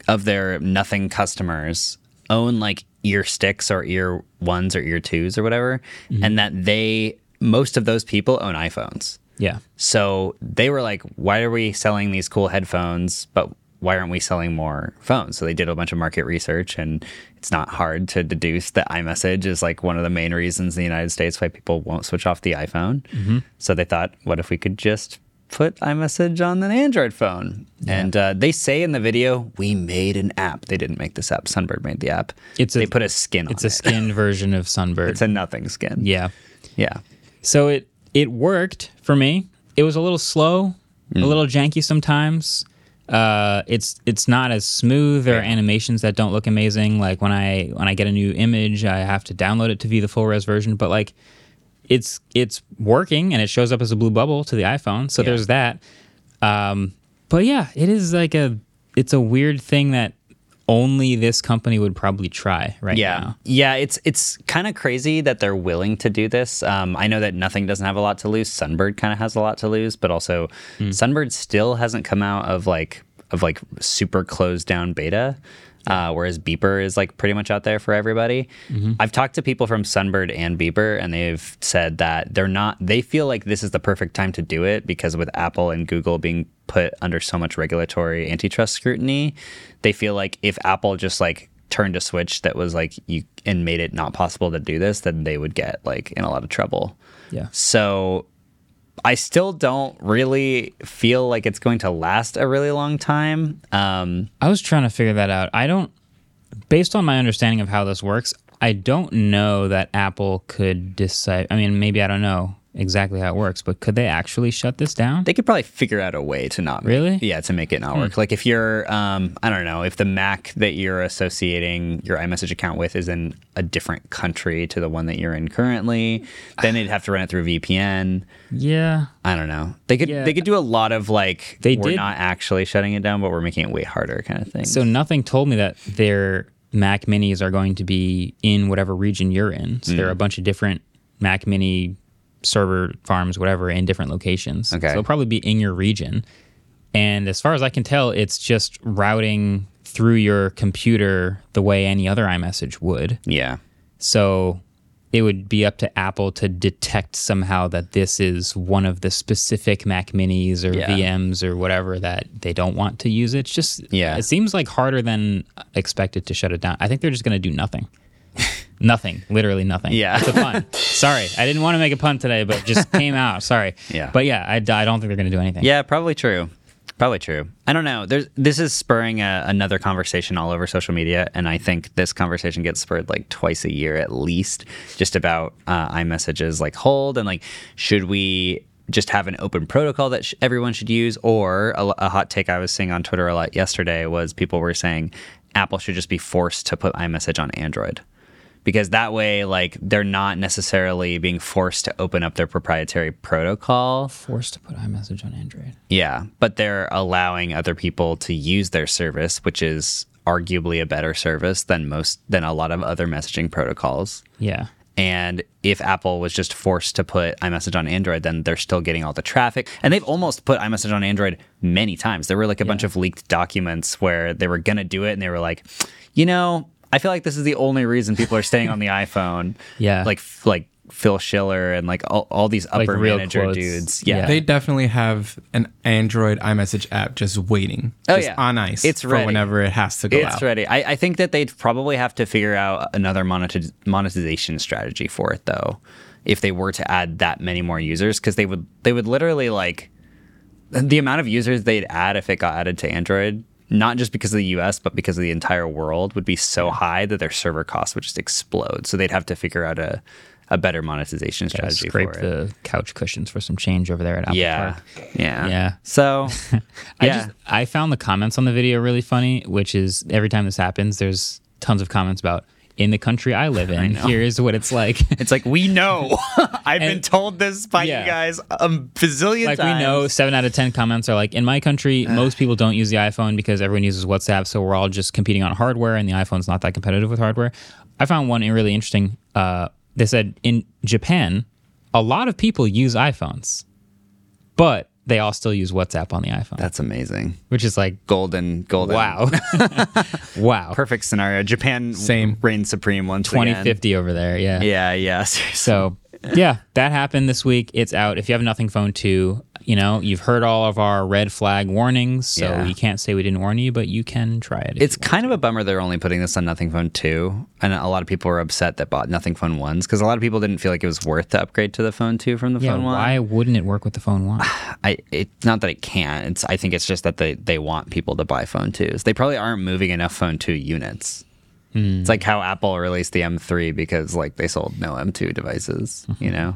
Speaker 3: of their nothing customers own like ear sticks or ear ones or ear twos or whatever,
Speaker 1: Mm-hmm.
Speaker 3: and that they most of those people own iPhones.
Speaker 1: Yeah,
Speaker 3: So they were like, "Why are we selling these cool headphones, but why aren't we selling more phones?" So they did a bunch of market research, and it's not hard to deduce that iMessage is like one of the main reasons in the United States why people won't switch off the iPhone.
Speaker 1: Mm-hmm.
Speaker 3: So they thought, "What if we could just put iMessage on an Android phone?" And uh, they say in the video, "We made an app." They didn't make this app. Sunbird made the app.
Speaker 1: It's a-
Speaker 3: they put a skin on
Speaker 1: it's
Speaker 3: it.
Speaker 1: a skinned version of Sunbird.
Speaker 3: it's a nothing skin.
Speaker 1: yeah,
Speaker 3: yeah.
Speaker 1: So it it worked for me. It was a little slow, a little janky sometimes. Uh, it's it's not as smooth. There are animations that don't look amazing. Like when I when I get a new image, I have to download it to view the full res version. But like, it's it's working and it shows up as a blue bubble to the iPhone. So there's that. Um, but yeah, it is like a it's a weird thing that only this company would probably try right
Speaker 3: yeah
Speaker 1: now.
Speaker 3: yeah it's it's kind of crazy that they're willing to do this um, i know that nothing doesn't have a lot to lose sunbird kind of has a lot to lose but also sunbird still hasn't come out of like of like super closed down beta uh, whereas beeper is like pretty much out there for everybody i've talked to people from sunbird and beeper and they've said that they're not they feel like this is the perfect time to do it because with apple and google being put under so much regulatory antitrust scrutiny they feel like if apple just like turned a switch that was like you and made it not possible to do this, then they would get like in a lot of trouble.
Speaker 1: Yeah.
Speaker 3: So I still don't really feel like it's going to last a really long time. Um,
Speaker 1: I was trying to figure that out. I don't, based on my understanding of how this works, I don't know that Apple could decide. I mean, maybe I don't know exactly how it works, but could they actually shut this down?
Speaker 3: they could probably figure out a way to not make-
Speaker 1: Really?
Speaker 3: yeah to make it not work. Like if you're um, I don't know if the Mac that you're associating your iMessage account with is in a different country to the one that you're in currently, then they'd have to run it through VPN.
Speaker 1: yeah.
Speaker 3: I don't know. They could
Speaker 1: Yeah.
Speaker 3: they could do a lot of like
Speaker 1: They
Speaker 3: we're
Speaker 1: did-
Speaker 3: not actually shutting it down, but we're making it way harder kind of thing.
Speaker 1: So nothing told me that their Mac Minis are going to be in whatever region you're in. So there are a bunch of different Mac Mini server farms, whatever, in different locations.
Speaker 3: Okay.
Speaker 1: So it'll probably be in your region. And as far as I can tell, it's just routing through your computer the way any other iMessage would.
Speaker 3: yeah.
Speaker 1: So it would be up to Apple to detect somehow that this is one of the specific Mac Minis or
Speaker 3: Yeah.
Speaker 1: VMs or whatever that they don't want to use. It's just
Speaker 3: Yeah.
Speaker 1: It seems like harder than expected to shut it down. I think they're just going to do
Speaker 3: <laughs>
Speaker 1: nothing. nothing, literally nothing.
Speaker 3: Yeah.
Speaker 1: it's a
Speaker 3: <laughs>
Speaker 1: pun. Sorry, I didn't want to make a pun today, but it just came out. Sorry.
Speaker 3: Yeah.
Speaker 1: but yeah, I, I don't think they're going to do anything.
Speaker 3: Yeah, probably true. Probably true. I don't know. There's this is spurring a, another conversation all over social media, and I think this conversation gets spurred like twice a year at least, just about uh, iMessages like hold and like should we just have an open protocol that sh- everyone should use, or a, a hot take I was seeing on Twitter a lot yesterday was people were saying Apple should just be forced to put iMessage on Android because that way like they're not necessarily being forced to open up their proprietary protocol
Speaker 1: forced to put iMessage on Android.
Speaker 3: yeah, but they're allowing other people to use their service, which is arguably a better service than most than a lot of other messaging protocols.
Speaker 1: Yeah.
Speaker 3: And if Apple was just forced to put iMessage on Android, then they're still getting all the traffic. And they've almost put iMessage on Android many times. There were like a bunch of leaked documents where they were going to do it and they were like, you know, I feel like this is the only reason people are staying
Speaker 1: <laughs>
Speaker 3: on the iPhone.
Speaker 1: Yeah.
Speaker 3: Like, like, Phil Schiller and like all, all these upper
Speaker 1: real
Speaker 3: manager
Speaker 1: quotes.
Speaker 3: dudes.
Speaker 1: Yeah.
Speaker 3: yeah.
Speaker 2: They definitely have an Android iMessage app just waiting,
Speaker 3: Oh,
Speaker 2: just
Speaker 3: yeah.
Speaker 2: on ice.
Speaker 3: It's
Speaker 2: for
Speaker 3: ready.
Speaker 2: whenever it has to go
Speaker 3: It's
Speaker 2: out.
Speaker 3: ready. I, I think that they'd probably have to figure out another monetiz- monetization strategy for it, though, if they were to add that many more users, because they would they would literally like the amount of users they'd add if it got added to Android, not just because of the U.S. but because of the entire world, would be so high that their server costs would just explode. So they'd have to figure out a a better monetization
Speaker 1: Gotta
Speaker 3: strategy
Speaker 1: scrape
Speaker 3: for it.
Speaker 1: the couch cushions for some change over there at Apple
Speaker 3: yeah,
Speaker 1: Park.
Speaker 3: yeah,
Speaker 1: Yeah. <laughs>
Speaker 3: So,
Speaker 1: I
Speaker 3: yeah,
Speaker 1: just I found the comments on the video really funny, which is every time this happens, there's tons of comments about in the country I
Speaker 3: <laughs>
Speaker 1: live in. here is what it's like.
Speaker 3: It's like we know. <laughs> I've been
Speaker 1: And-
Speaker 3: told this by
Speaker 1: Yeah.
Speaker 3: you guys a bazillion
Speaker 1: like
Speaker 3: times.
Speaker 1: we know, seven out of ten comments are like, in my
Speaker 3: <sighs>
Speaker 1: country, most people don't use the iPhone because everyone uses WhatsApp, so we're all just competing on hardware, and the iPhone's not that competitive with hardware. I found one really interesting. Uh, they said in Japan, a lot of people use iPhones, but they all still use WhatsApp on the iPhone,
Speaker 3: That's amazing.
Speaker 1: which is like,
Speaker 3: Golden, golden. <laughs>
Speaker 1: wow, <laughs> wow,
Speaker 3: Perfect scenario. Japan
Speaker 2: Same.
Speaker 3: reigns supreme once again.
Speaker 1: 2050 over there, yeah,
Speaker 3: Yeah, yeah. <laughs> seriously.
Speaker 1: So yeah, that happened this week. It's out. If you have Nothing Phone 2, you know, you've heard all of our red flag warnings, so
Speaker 3: Yeah.
Speaker 1: you can't say we didn't warn you, but you can try it. if
Speaker 3: It's kind of a bummer they're only putting this on Nothing Phone 2. And a lot of people were upset that bought Nothing Phone 1s because a lot of people didn't feel like it was worth to upgrade to the Phone 2 from the
Speaker 1: you- yeah,
Speaker 3: Phone 1.
Speaker 1: why wouldn't it work with the phone
Speaker 3: <sighs>
Speaker 1: one?
Speaker 3: I it's not that it can't. It's I think it's just that they they want people to buy phone twos. They probably aren't moving enough phone two units.
Speaker 1: Hmm.
Speaker 3: It's like how Apple released the M3 because like they sold no M2 devices. You know.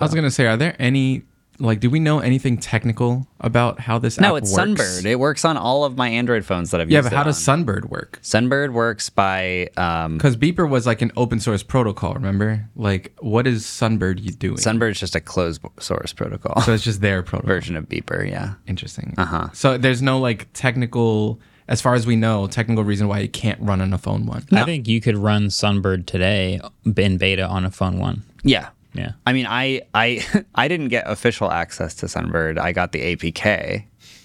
Speaker 2: I was gonna say, are there any like, do we know anything technical about how this?
Speaker 3: No,
Speaker 2: app
Speaker 3: it's
Speaker 2: works?
Speaker 3: Sunbird. It works on all of my Android phones that I've
Speaker 2: Yeah,
Speaker 3: used.
Speaker 2: but
Speaker 3: it
Speaker 2: how does
Speaker 3: on.
Speaker 2: Sunbird work?
Speaker 3: Sunbird works by um,
Speaker 2: Because Beeper was like an open source protocol. Remember, like, what is Sunbird you doing?
Speaker 3: Sunbird's just a closed source protocol
Speaker 2: so it's just their
Speaker 3: <laughs>
Speaker 2: protocol.
Speaker 3: version Uh-huh. of Beeper. Yeah.
Speaker 2: Interesting. Uh huh. So there's no like technical, as far as we know, technical reason why it can't run on a phone one.
Speaker 1: I think you could run Sunbird today in beta on a phone one.
Speaker 3: Yeah.
Speaker 1: Yeah.
Speaker 3: I mean, I I <laughs> I didn't get official access to Sunbird. I got the APK,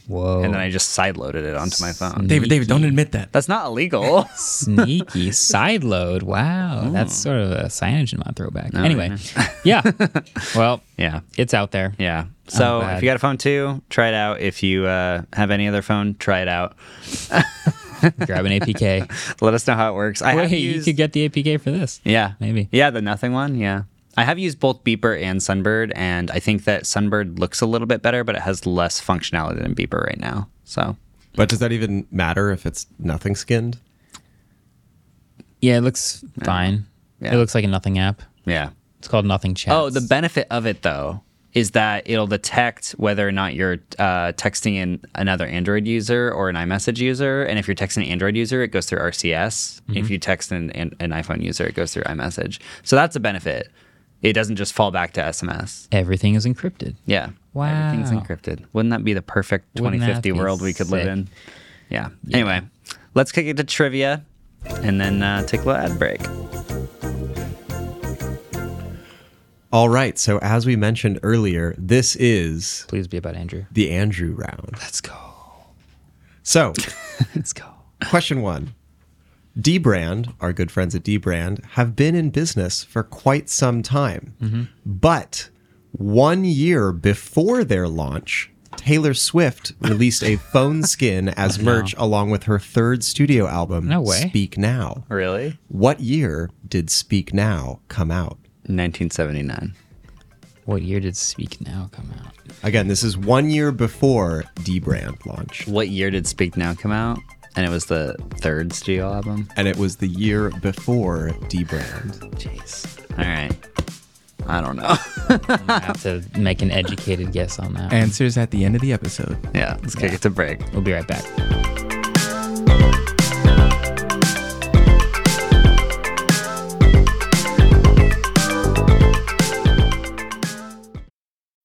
Speaker 1: Whoa.
Speaker 3: and then I just sideloaded it onto my phone.
Speaker 2: David, David, don't admit that.
Speaker 3: That's not
Speaker 2: <laughs>
Speaker 3: illegal. <laughs>
Speaker 1: Sneaky side load. Wow. That's sort of a signage in my throwback. anyway, <laughs> yeah. Well,
Speaker 3: <laughs> Yeah.
Speaker 1: it's out there.
Speaker 3: Yeah. So
Speaker 1: bad.
Speaker 3: if you got a phone too, try it out. If you uh, have any other phone, try it out.
Speaker 1: Grab an
Speaker 3: <laughs>
Speaker 1: APK.
Speaker 3: Let us know how it works. I
Speaker 1: Wait,
Speaker 3: have
Speaker 1: you
Speaker 3: used,
Speaker 1: could get the APK for this.
Speaker 3: yeah,
Speaker 1: maybe.
Speaker 3: yeah the nothing one. Yeah, I have used both Beeper and Sunbird, and I think that Sunbird looks a little bit better, but it has less functionality than Beeper right now. So
Speaker 4: But does that even matter if it's nothing skinned?
Speaker 1: Yeah, it looks fine.
Speaker 3: Yeah.
Speaker 1: It looks like a nothing app.
Speaker 3: yeah.
Speaker 1: It's called Nothing Chat.
Speaker 3: Oh, the benefit of it though is that it'll detect whether or not you're uh, texting in another Android user or an iMessage user, and if you're texting an Android user, it goes through RCS. If you text an, an an iPhone user, it goes through iMessage. So that's a benefit. It doesn't just fall back to SMS.
Speaker 1: everything is encrypted.
Speaker 3: Yeah. Everything's
Speaker 1: Wow.
Speaker 3: encrypted. Wouldn't that be the perfect
Speaker 1: Wouldn't that
Speaker 3: 2050
Speaker 1: be
Speaker 3: world we could live
Speaker 1: sick?
Speaker 3: in? Yeah. Anyway, let's kick it to trivia and then uh, take a little ad break.
Speaker 4: All right. So as we mentioned earlier, this is
Speaker 1: Please be about Andrew.
Speaker 4: the Andrew
Speaker 3: <laughs>
Speaker 4: round.
Speaker 1: Let's go.
Speaker 4: So
Speaker 1: Let's go.
Speaker 4: question one: Dbrand, our good friends at Dbrand, have been in business for quite some time.
Speaker 1: Mm-hmm.
Speaker 4: But one year before their launch, Taylor Swift
Speaker 1: <laughs>
Speaker 4: released a phone skin as merch along with her third studio album,
Speaker 1: No way.
Speaker 4: Speak Now.
Speaker 3: Really?
Speaker 4: What year did Speak Now come out?
Speaker 3: 1979.
Speaker 1: What year did Speak Now come
Speaker 3: <laughs>
Speaker 1: out?
Speaker 4: Again, this is one year before Dbrand launch,
Speaker 3: What year did Speak Now come out? And it was the third studio album.
Speaker 4: and it was the year before Dbrand.
Speaker 3: Jeez. All right. I don't know. <laughs>
Speaker 1: I have to make an educated guess on that.
Speaker 2: Answers at the end of the episode.
Speaker 3: yeah, let's kick it to break.
Speaker 1: we'll be right back.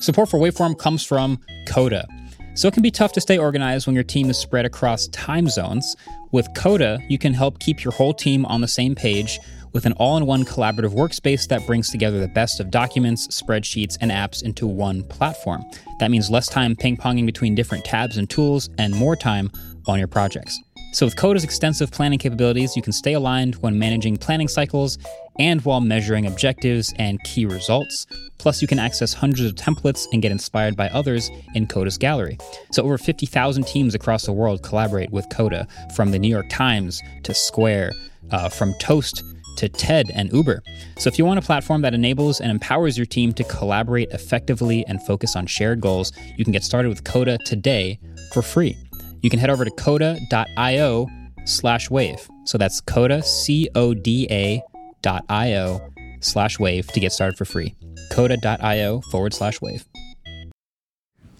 Speaker 5: Support for Waveform comes from Coda. So it can be tough to stay organized when your team is spread across time zones. With Coda, you can help keep your whole team on the same page with an all in one collaborative workspace that brings together the best of documents, spreadsheets, and apps into one platform. That means less time ping ponging between different tabs and tools and more time on your projects. So, with Coda's extensive planning capabilities, you can stay aligned when managing planning cycles and while measuring objectives and key results. Plus, you can access hundreds of templates and get inspired by others in Coda's gallery. So, over 50,000 teams across the world collaborate with Coda, from the New York Times to Square, uh, from Toast to TED and Uber. So if you want a platform that enables and empowers your team to collaborate effectively and focus on shared goals, you can get started with Coda today for free. You can head over to coda.io slash wave. So that's coda, C O D A dot I O slash wave to get started for free. Coda.io forward slash wave.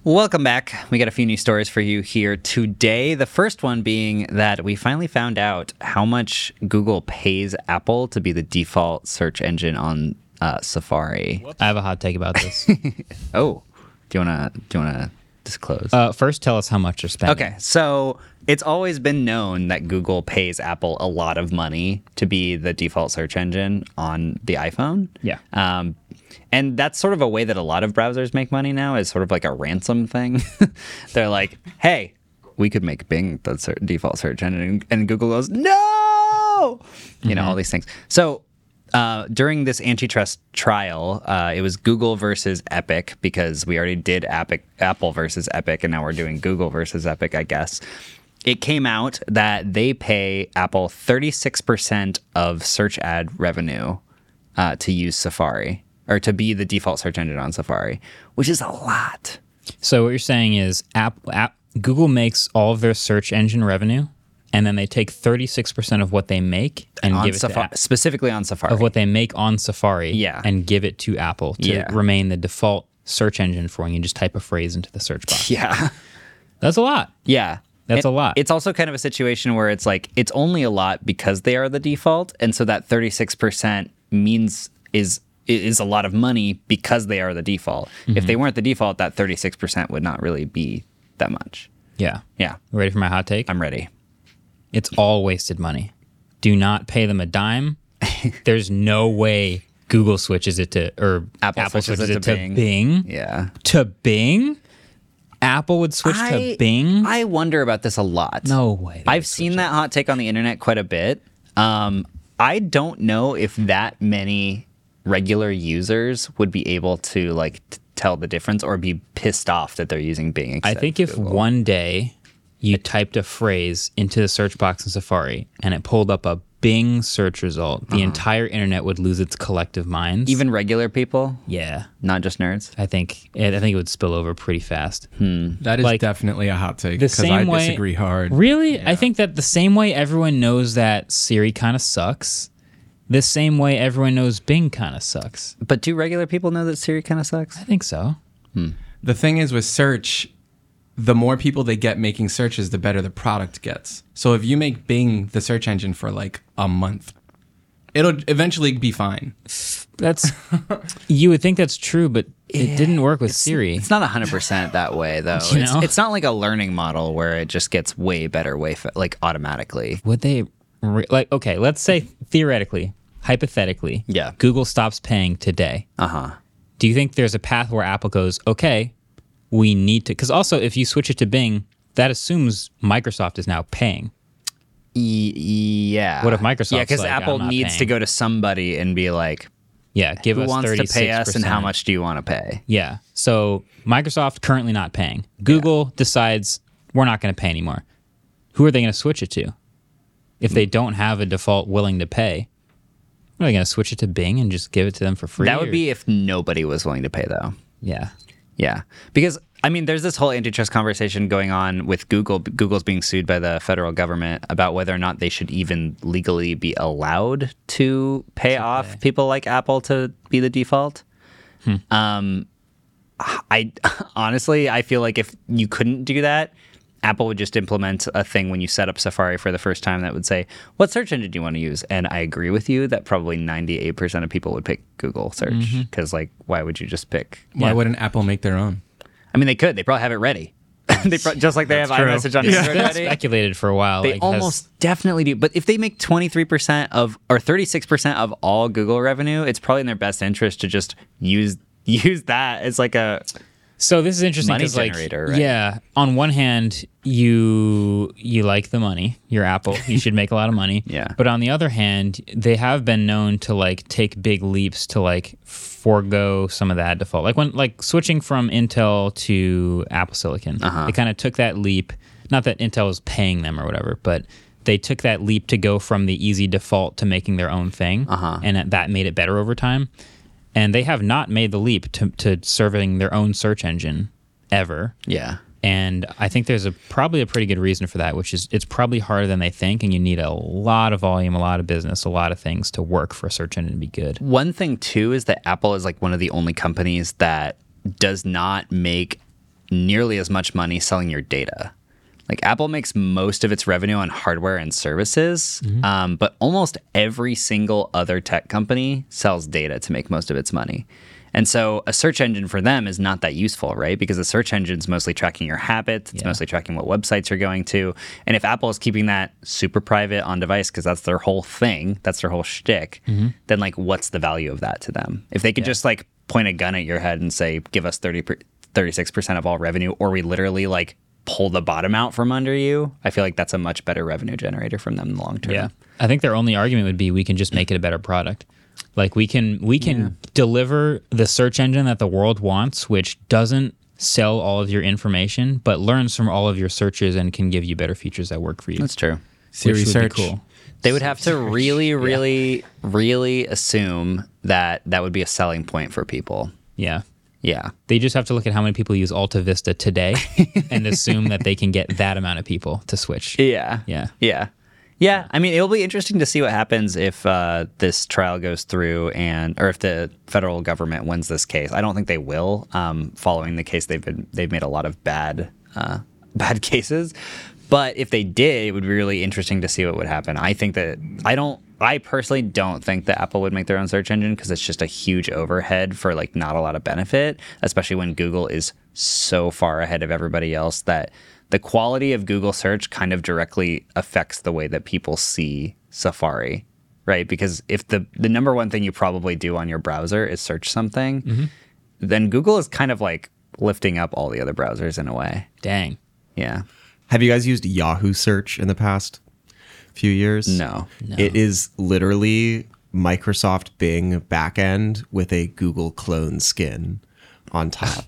Speaker 3: Welcome back. We got a few new stories for you here today. The first one being that we finally found out how much Google pays Apple to be the default search engine on uh, Safari.
Speaker 1: I have a hot take about this.
Speaker 3: Oh, do you wanna do you wanna disclose?
Speaker 1: <laughs> uh, first, tell us how much you're spending.
Speaker 3: Okay, so it's always been known that Google pays Apple a lot of money to be the default search engine on the iPhone.
Speaker 5: Yeah.
Speaker 3: Um, and that's sort of a way that a lot of browsers make money now is sort of like a ransom thing. <laughs> They're like, hey, we could make Bing the ser- default search engine. And Google goes, no! You know, all these things. So uh, during this antitrust trial, uh, it was Google versus Epic because we already did Epic, Apple versus Epic, and now we're doing Google versus Epic, I guess. It came out that they pay Apple 36% of search ad revenue uh, to use Safari or to be the default search engine on Safari, which is a lot.
Speaker 1: So what you're saying is app, app Google makes all of their search engine revenue, and then they take 36% of what they make and
Speaker 3: on
Speaker 1: give it to
Speaker 3: Safari,
Speaker 1: App-
Speaker 3: specifically on Safari.
Speaker 1: of what they make on Safari
Speaker 3: Yeah.
Speaker 1: and give it to Apple to
Speaker 3: Yeah.
Speaker 1: remain the default search engine for when you just type a phrase into the search box.
Speaker 3: <laughs> yeah,
Speaker 1: That's a lot.
Speaker 3: yeah,
Speaker 1: That's
Speaker 3: It-
Speaker 1: a lot.
Speaker 3: It's also kind of a situation where it's like it's only a lot because they are the default, and so that thirty six percent means is is a lot of money because they are the default.
Speaker 1: Mm-hmm.
Speaker 3: If they weren't the default, that thirty six percent would not really be that much.
Speaker 1: Yeah.
Speaker 3: Yeah,
Speaker 1: Ready for my hot take?
Speaker 3: I'm ready.
Speaker 1: it's all wasted money. Do not pay them a
Speaker 3: <laughs>
Speaker 1: dime. There's no way Google switches it to or
Speaker 3: Apple
Speaker 1: Apple,
Speaker 3: switches
Speaker 1: switches,
Speaker 3: it
Speaker 1: it,
Speaker 3: to
Speaker 1: to,
Speaker 3: Bing.
Speaker 1: Bing.
Speaker 3: Yeah.
Speaker 1: To Bing? Apple would switch to Bing?
Speaker 3: I wonder about this a lot.
Speaker 1: no way.
Speaker 3: I've seen that hot take on the internet quite a bit. Um, I don't know if that many regular users would be able to like t- tell the difference or be pissed off that they're using Bing.
Speaker 1: I
Speaker 3: instead
Speaker 1: think
Speaker 3: of
Speaker 1: if
Speaker 3: Google.
Speaker 1: one day you typed a phrase into the search box in Safari and it pulled up a Bing search result, the entire internet would lose its collective minds.
Speaker 3: Uh-huh. even regular people,
Speaker 1: yeah,
Speaker 3: not just nerds.
Speaker 1: I think I think it would spill over pretty fast.
Speaker 2: That is
Speaker 1: Like,
Speaker 2: definitely a hot take
Speaker 1: the
Speaker 2: because I
Speaker 1: same way-
Speaker 2: disagree hard.
Speaker 1: Really? I think that the same way everyone knows that Siri kind of sucks, the same way everyone knows Bing kind of sucks.
Speaker 3: But do regular people know that Siri kind of sucks?
Speaker 1: I think so.
Speaker 2: The thing is with search, the more people they get making searches, the better the product gets. So if you make Bing the search engine for like a month, it'll eventually be fine.
Speaker 3: <laughs>
Speaker 1: That's you would think that's true, but it didn't work with Siri.
Speaker 3: It's not 100% that way, though. it's,
Speaker 1: know?
Speaker 3: it's not like a learning model where it just gets way better, way fa- like automatically.
Speaker 1: would they re- like okay let's say theoretically hypothetically
Speaker 3: Yeah.
Speaker 1: google stops paying today uh-huh do you think there's a path where apple goes okay we need to because also if you switch it to bing that assumes microsoft is now paying
Speaker 3: E- yeah.
Speaker 1: What if Microsoft's
Speaker 3: Yeah, because
Speaker 1: like,
Speaker 3: Apple
Speaker 1: "I'm not
Speaker 3: needs
Speaker 1: paying."
Speaker 3: to go to somebody and be like,
Speaker 1: yeah give
Speaker 3: who
Speaker 1: us
Speaker 3: wants
Speaker 1: 36%.
Speaker 3: to pay us and how much do you want to pay?
Speaker 1: yeah so microsoft currently not paying google decides we're not going to pay anymore who are they going to switch it to if they don't have a default willing to pay are they going to switch it to bing and just give it to them for free
Speaker 3: That would
Speaker 1: or-
Speaker 3: be if nobody was willing to pay, though. <laughs>
Speaker 1: yeah
Speaker 3: Yeah, because I mean, there's this whole antitrust conversation going on with Google. Google's being sued by the federal government about whether or not they should even legally be allowed to pay Hmm. off people like Apple to be the default. Um, I <laughs> honestly, I feel like if you couldn't do that. Apple would just implement a thing when you set up Safari for the first time that would say, What search engine do you want to use? And I agree with you that probably 98% of people would pick Google search because, like, why would you just pick
Speaker 2: Why wouldn't Apple make their own?
Speaker 3: I mean, they could. They probably have it ready. <laughs> they pro- just like they have iMessage on Android
Speaker 1: been
Speaker 3: ready.
Speaker 1: speculated for a while.
Speaker 3: <laughs> They
Speaker 1: like, has-
Speaker 3: almost definitely do. But if they make 23% of or 36% of all Google revenue, it's probably in their best interest to just use <laughs> use that as like a
Speaker 1: so this is interesting
Speaker 3: money
Speaker 1: 'cause, like,
Speaker 3: generator, right?
Speaker 1: yeah. On one hand, you you like the money. You're Apple. You should make a lot of money.
Speaker 3: <laughs> Yeah.
Speaker 1: But on the other hand, they have been known to like take big leaps to like forego some of that default. Like when like switching from Intel to Apple Silicon, they kind of took that leap. Not that Intel was paying them or whatever, but they took that leap to go from the easy default to making their own thing, uh-huh. and that made it better over time. and they have not made the leap to, to serving their own search engine ever.
Speaker 3: yeah.
Speaker 1: And I think there's a probably a pretty good reason for that, which is it's probably harder than they think, and you need a lot of volume, a lot of business, a lot of things to work for a search engine to be good.
Speaker 3: One thing too is that Apple is like one of the only companies that does not make nearly as much money selling your data. Like Apple makes most of its revenue on hardware and services, um, but almost every single other tech company sells data to make most of its money. And so a search engine for them is not that useful, right? Because a search engine's mostly tracking your habits, it's mostly tracking what websites you're going to. And if Apple is keeping that super private on device because that's their whole thing, that's their whole shtick, then like what's the value of that to them? If they could just like point a gun at your head and say, give us 30 per- 36% of all revenue, or we literally like pull the bottom out from under you, I feel like that's a much better revenue generator from them in the long term.
Speaker 1: I think their only argument would be we can just make it a better product. Like we can we can deliver the search engine that the world wants, which doesn't sell all of your information, but learns from all of your searches and can give you better features that work for you.
Speaker 3: That's true.
Speaker 2: Siri
Speaker 1: would be
Speaker 2: search.
Speaker 1: cool.
Speaker 3: They would have to really, really, really assume that that would be a selling point for people.
Speaker 1: Yeah.
Speaker 3: Yeah.
Speaker 1: They just have to look at how many people use Alta Vista
Speaker 3: <laughs>
Speaker 1: today and assume that they can get that amount of people to switch.
Speaker 3: Yeah.
Speaker 1: Yeah.
Speaker 3: Yeah. Yeah. I mean, it'll be interesting to see what happens if uh, this trial goes through and, or if the federal government wins this case. I don't think they will. Um, following the case, they've been they've made a lot of bad uh, <laughs> bad cases. But if they did, it would be really interesting to see what would happen. I think that I don't. I personally don't think that Apple would make their own search engine because it's just a huge overhead for like not a lot of benefit, especially when Google is so far ahead of everybody else that the quality of Google search kind of directly affects the way that people see Safari, right? Because if the the number one thing you probably do on your browser is search something, then Google is kind of like lifting up all the other browsers in a way.
Speaker 1: Dang.
Speaker 3: Yeah.
Speaker 4: Have you guys used Yahoo search in the past few years?
Speaker 3: No.
Speaker 4: It is literally Microsoft Bing backend with a Google clone skin on top.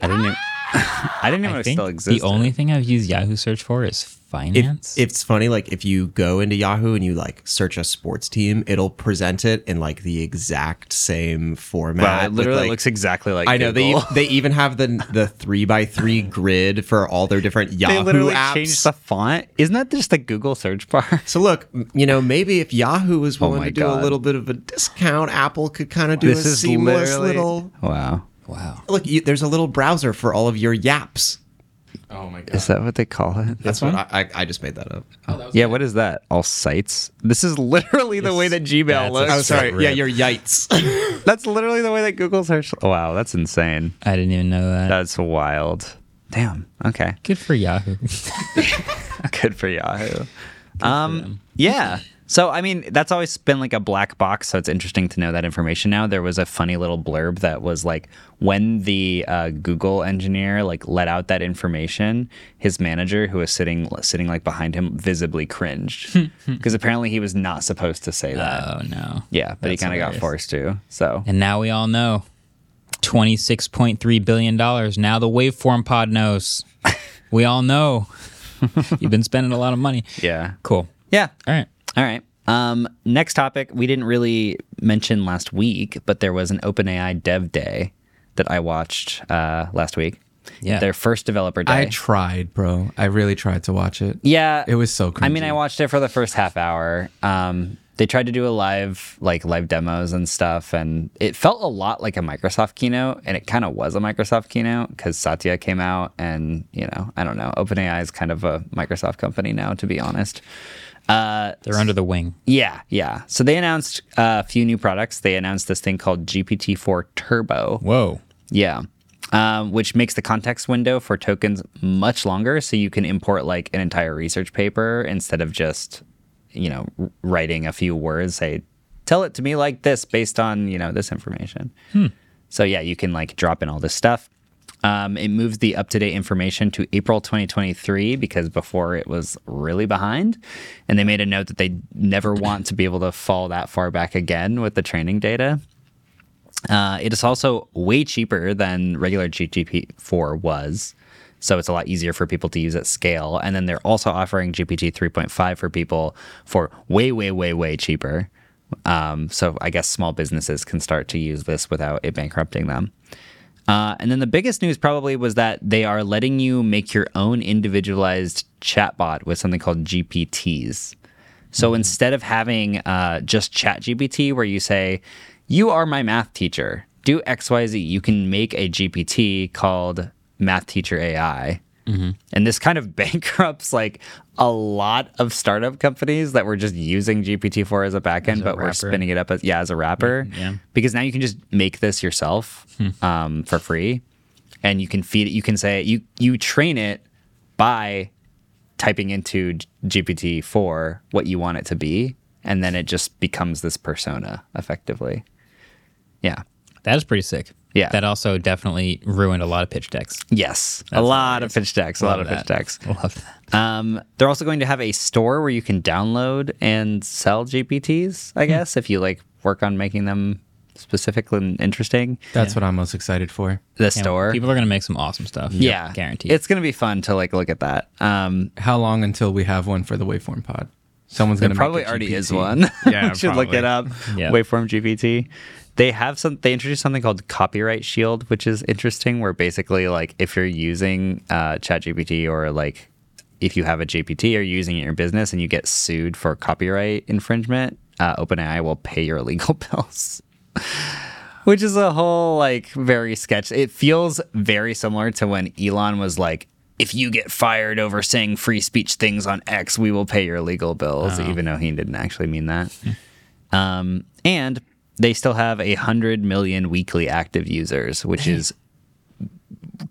Speaker 3: I didn't even, I didn't even know
Speaker 1: I
Speaker 3: it
Speaker 1: think
Speaker 3: still existed.
Speaker 1: the only thing I've used Yahoo search for is finance.
Speaker 4: it's funny, like if you go into Yahoo and you like search a sports team, it'll present it in like the exact same format.
Speaker 3: wow, it
Speaker 4: with,
Speaker 3: literally
Speaker 4: like-
Speaker 3: looks exactly like
Speaker 4: I know they e-,
Speaker 3: Google.
Speaker 4: they even have the the three by three grid for all their
Speaker 3: <laughs>
Speaker 4: different
Speaker 3: <laughs>
Speaker 4: Yahoo
Speaker 3: they literally
Speaker 4: apps.
Speaker 3: changed the font. Isn't that just the Google search bar?
Speaker 4: So look, m- you know, maybe if Yahoo was willing
Speaker 3: Oh my
Speaker 4: to do
Speaker 3: God.
Speaker 4: a little bit of a discount, Apple could kind of <laughs> do a seamless little.
Speaker 3: wow.
Speaker 4: Look, you, there's a little browser for all of your yaps.
Speaker 2: Oh my god.
Speaker 3: Is that what they call it?
Speaker 4: That's what I, I, I just made that up.
Speaker 3: yeah, what is that? All sites? This is literally the way that Gmail
Speaker 1: that's a
Speaker 3: looks.
Speaker 4: Oh, sorry. Yeah, you're Yites.
Speaker 3: That's literally the way that Google search. Wow, that's insane.
Speaker 1: I didn't even know that.
Speaker 3: That's wild. Damn. Okay. <laughs>
Speaker 1: Good for Yahoo. <laughs>
Speaker 3: Good for Yahoo. Um, yeah. So I mean, that's always been like a black box. So it's interesting to know that information now. There was a funny little blurb that was like, when the uh, Google engineer like let out that information, his manager who was sitting sitting like behind him visibly cringed because apparently he was not supposed to say that.
Speaker 1: oh no.
Speaker 3: yeah, but he
Speaker 1: that's
Speaker 3: kind of got
Speaker 1: hilarious.
Speaker 3: forced to. So
Speaker 1: And now we all know. $26.3 billion. Now the waveform pod
Speaker 3: <laughs>
Speaker 1: knows. we all know. <laughs> You've been spending a lot of money.
Speaker 3: yeah,
Speaker 1: Cool.
Speaker 3: <laughs> yeah.
Speaker 1: All right.
Speaker 3: All right. Um, next topic we didn't really mention last week, but there was an OpenAI Dev Day that I watched uh, last week.
Speaker 1: Yeah.
Speaker 3: Their first developer day.
Speaker 2: I tried, bro. I really tried to watch it.
Speaker 3: yeah.
Speaker 2: It was so cringy.
Speaker 3: I mean, I watched it for the first half hour. Um, they tried to do a live, like live demos and stuff, and it felt a lot like a Microsoft keynote, and it kind of was a Microsoft keynote because Satya came out, and you know, I don't know. OpenAI is kind of a Microsoft company now, to be honest. Uh,
Speaker 1: They're under the wing.
Speaker 3: Yeah, yeah. So they announced uh, a few new products. They announced this thing called GPT-4 Turbo.
Speaker 1: Whoa.
Speaker 3: Yeah. Um, which makes the context window for tokens much longer, so you can import like an entire research paper instead of just, you know, r- writing a few words. Say, tell it to me like this based on you know this information. So yeah, you can like drop in all this stuff. Um, it moves the up to date information to April 2023 because before it was really behind. And they made a note that they never want to be able to fall that far back again with the training data. Uh, it is also way cheaper than regular GTP4 was. So it's a lot easier for people to use at scale. And then they're also offering GPT 3.5 for people for way, way, way, way cheaper. Um, so I guess small businesses can start to use this without it bankrupting them. Uh, and then the biggest news probably was that they are letting you make your own individualized chatbot with something called GPTs. So instead of having uh, just ChatGPT, where you say, "You are my math teacher, do X, Y, Z," you can make a GPT called Math Teacher AI. And this kind of <laughs> bankrupts like a lot of startup companies that were just using GPT-4 as a backend, but were
Speaker 1: wrapper.
Speaker 3: spinning it up as yeah as a wrapper.
Speaker 1: yeah.
Speaker 3: Because now you can just make this yourself um, for free, and you can feed it. You can say you you train it by typing into GPT four what you want it to be, and then it just becomes this persona effectively. Yeah.
Speaker 1: That is pretty sick.
Speaker 3: Yeah.
Speaker 1: That also definitely ruined a lot of pitch decks.
Speaker 3: Yes. a lot of pitch decks. A lot of
Speaker 1: Love
Speaker 3: pitch
Speaker 1: that.
Speaker 3: decks.
Speaker 1: Love that.
Speaker 3: Um, they're also going to have a store where you can download and sell GPTs. I guess if you like work on making them specific and interesting.
Speaker 2: That's what I'm most excited for.
Speaker 3: The store.
Speaker 1: People are going to make some awesome stuff.
Speaker 3: yeah,
Speaker 1: Guaranteed.
Speaker 3: It's gonna be fun to like look at that. Um,
Speaker 2: How long until we have one for the waveform pod? Someone's
Speaker 3: there
Speaker 2: gonna make
Speaker 3: probably
Speaker 2: a
Speaker 3: already is
Speaker 2: GPT.
Speaker 3: one. <laughs>
Speaker 6: Yeah,
Speaker 3: we should look
Speaker 6: probably.
Speaker 3: it up.
Speaker 1: Yeah.
Speaker 3: Waveform GPT. They have some. They introduced something called copyright shield, which is interesting. Where basically, like, if you're using uh, ChatGPT or like if you have a GPT or using it in your business and you get sued for copyright infringement, uh, OpenAI will pay your <laughs> legal bills. Which is a whole like very sketch. It feels very similar to when Elon was like, "If you get fired over saying free speech things on X, we will pay your legal bills," even though he didn't actually mean that. um, and they still have a hundred million weekly active users, which is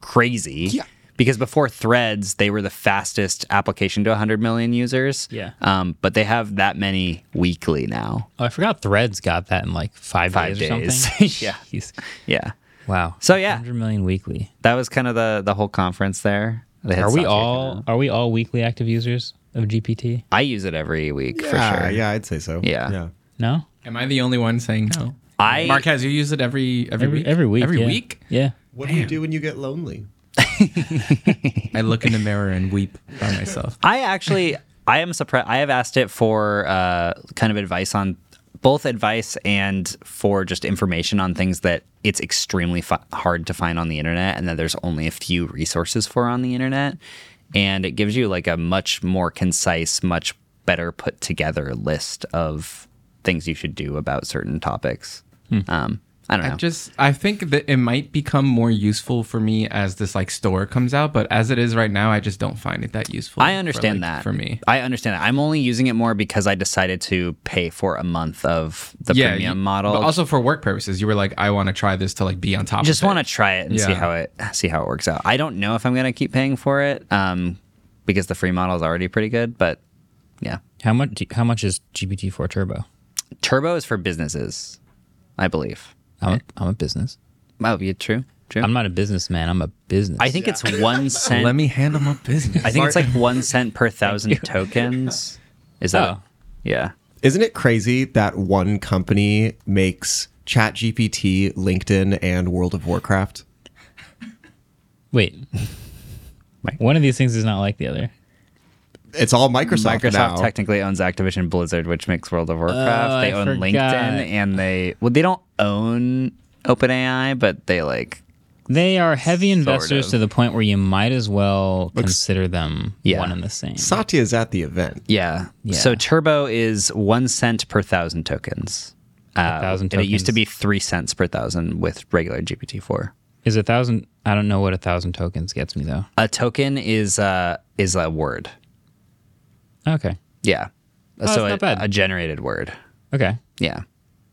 Speaker 3: crazy. Yeah. Because before Threads, they were the fastest application to 100 million users.
Speaker 1: Yeah.
Speaker 3: Um, but they have that many weekly now.
Speaker 1: oh, I forgot Threads got that in like five,
Speaker 3: Five
Speaker 1: days, or
Speaker 3: days.
Speaker 1: something.
Speaker 3: <laughs>
Speaker 1: <laughs>
Speaker 3: Yeah.
Speaker 1: Jeez.
Speaker 3: Yeah.
Speaker 1: Wow.
Speaker 3: So, yeah.
Speaker 1: 100 million weekly.
Speaker 3: That was kind of the the whole conference there. They had
Speaker 1: Are
Speaker 3: Satya
Speaker 1: we
Speaker 3: come
Speaker 1: all
Speaker 3: out.
Speaker 1: are we all weekly active users of GPT?
Speaker 3: I use it every week for sure.
Speaker 4: Yeah, I'd say so.
Speaker 3: Yeah.
Speaker 1: No?
Speaker 2: Am I the only one saying no?
Speaker 3: I-
Speaker 2: Marquez, you use it every every,
Speaker 1: Every
Speaker 2: week.
Speaker 1: every week.
Speaker 2: Every
Speaker 1: yeah.
Speaker 2: week.
Speaker 1: Yeah.
Speaker 4: What do you do when you get lonely?
Speaker 2: I look in the mirror and weep by myself.
Speaker 3: I actually I am surprised. I have asked it for uh, kind of advice on both advice and for just information on things that it's extremely fi- hard to find on the internet and that there's only a few resources for on the internet and it gives you like a much more concise much better put together list of things you should do about certain topics um, I don't know.
Speaker 2: Hmm. I just I think that it might become more useful for me as this like store comes out, but as it is right now, I just don't find it that useful.
Speaker 3: I
Speaker 2: for,
Speaker 3: understand
Speaker 2: like,
Speaker 3: that.
Speaker 2: for me.
Speaker 3: I understand that. I'm only using it more because I decided to pay for a month of the premium
Speaker 2: you-
Speaker 3: model.
Speaker 2: But also for work purposes, you were like, I want to try this to like be on top.
Speaker 3: just
Speaker 2: of it.
Speaker 3: want to try it and see
Speaker 2: Yeah.
Speaker 3: how it see how it works out. I don't know if I'm going to keep paying for it um, because the free model is already pretty good, but yeah.
Speaker 1: How much? How much is GPT-4 Turbo?
Speaker 3: Turbo is for businesses, I believe.
Speaker 1: I'm a, I'm a business.
Speaker 3: Oh, yeah, true. True.
Speaker 1: I'm not a businessman. I'm a business.
Speaker 3: I think it's
Speaker 1: <laughs>
Speaker 3: 1 cent.
Speaker 2: Let me handle my business.
Speaker 3: I think it's like 1 cent per 1000 tokens. Is that
Speaker 1: Oh.
Speaker 3: Yeah.
Speaker 4: Isn't it crazy that one company makes ChatGPT, LinkedIn, and World of Warcraft?
Speaker 3: <laughs>
Speaker 1: wait.
Speaker 3: Mike.
Speaker 1: One of these things is not like the other.
Speaker 4: It's all Microsoft,
Speaker 3: Microsoft
Speaker 4: now.
Speaker 3: technically owns Activision Blizzard, which makes World of Warcraft.
Speaker 1: Oh, I
Speaker 3: they own
Speaker 1: forgot.
Speaker 3: LinkedIn and they well, they don't own OpenAI, but they like
Speaker 1: They are heavy investors
Speaker 3: of.
Speaker 1: to the point where you might as well consider them
Speaker 3: Yeah.
Speaker 1: one and the same.
Speaker 4: Satya's at the event.
Speaker 3: yeah. So Turbo is one cent per thousand tokens. Uh,
Speaker 1: thousand
Speaker 3: and it used to
Speaker 1: tokens.
Speaker 3: be three cents per thousand with regular GPT four.
Speaker 1: Is a thousand? I don't know what a thousand tokens gets me though.
Speaker 3: A token is uh is a word.
Speaker 1: Okay.
Speaker 3: Yeah.
Speaker 1: Oh, that's
Speaker 3: so a,
Speaker 1: not bad.
Speaker 3: a generated word.
Speaker 1: Okay.
Speaker 3: Yeah.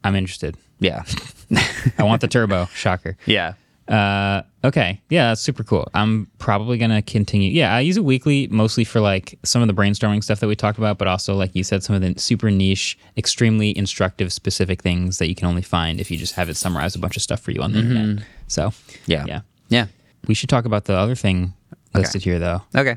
Speaker 1: I'm interested.
Speaker 3: Yeah. <laughs>
Speaker 1: I want the turbo. Shocker.
Speaker 3: yeah.
Speaker 1: Uh, okay. Yeah, that's super cool. I'm probably going to continue. Yeah, I use it weekly mostly for like some of the brainstorming stuff that we talked about, but also, like you said, some of the super niche, extremely instructive, specific things that you can only find if you just have it summarize a bunch of stuff for you on the internet. So,
Speaker 3: Mm-hmm. Yeah.
Speaker 1: Yeah.
Speaker 3: Yeah.
Speaker 1: We should talk about the other thing listed here, though.
Speaker 3: Okay.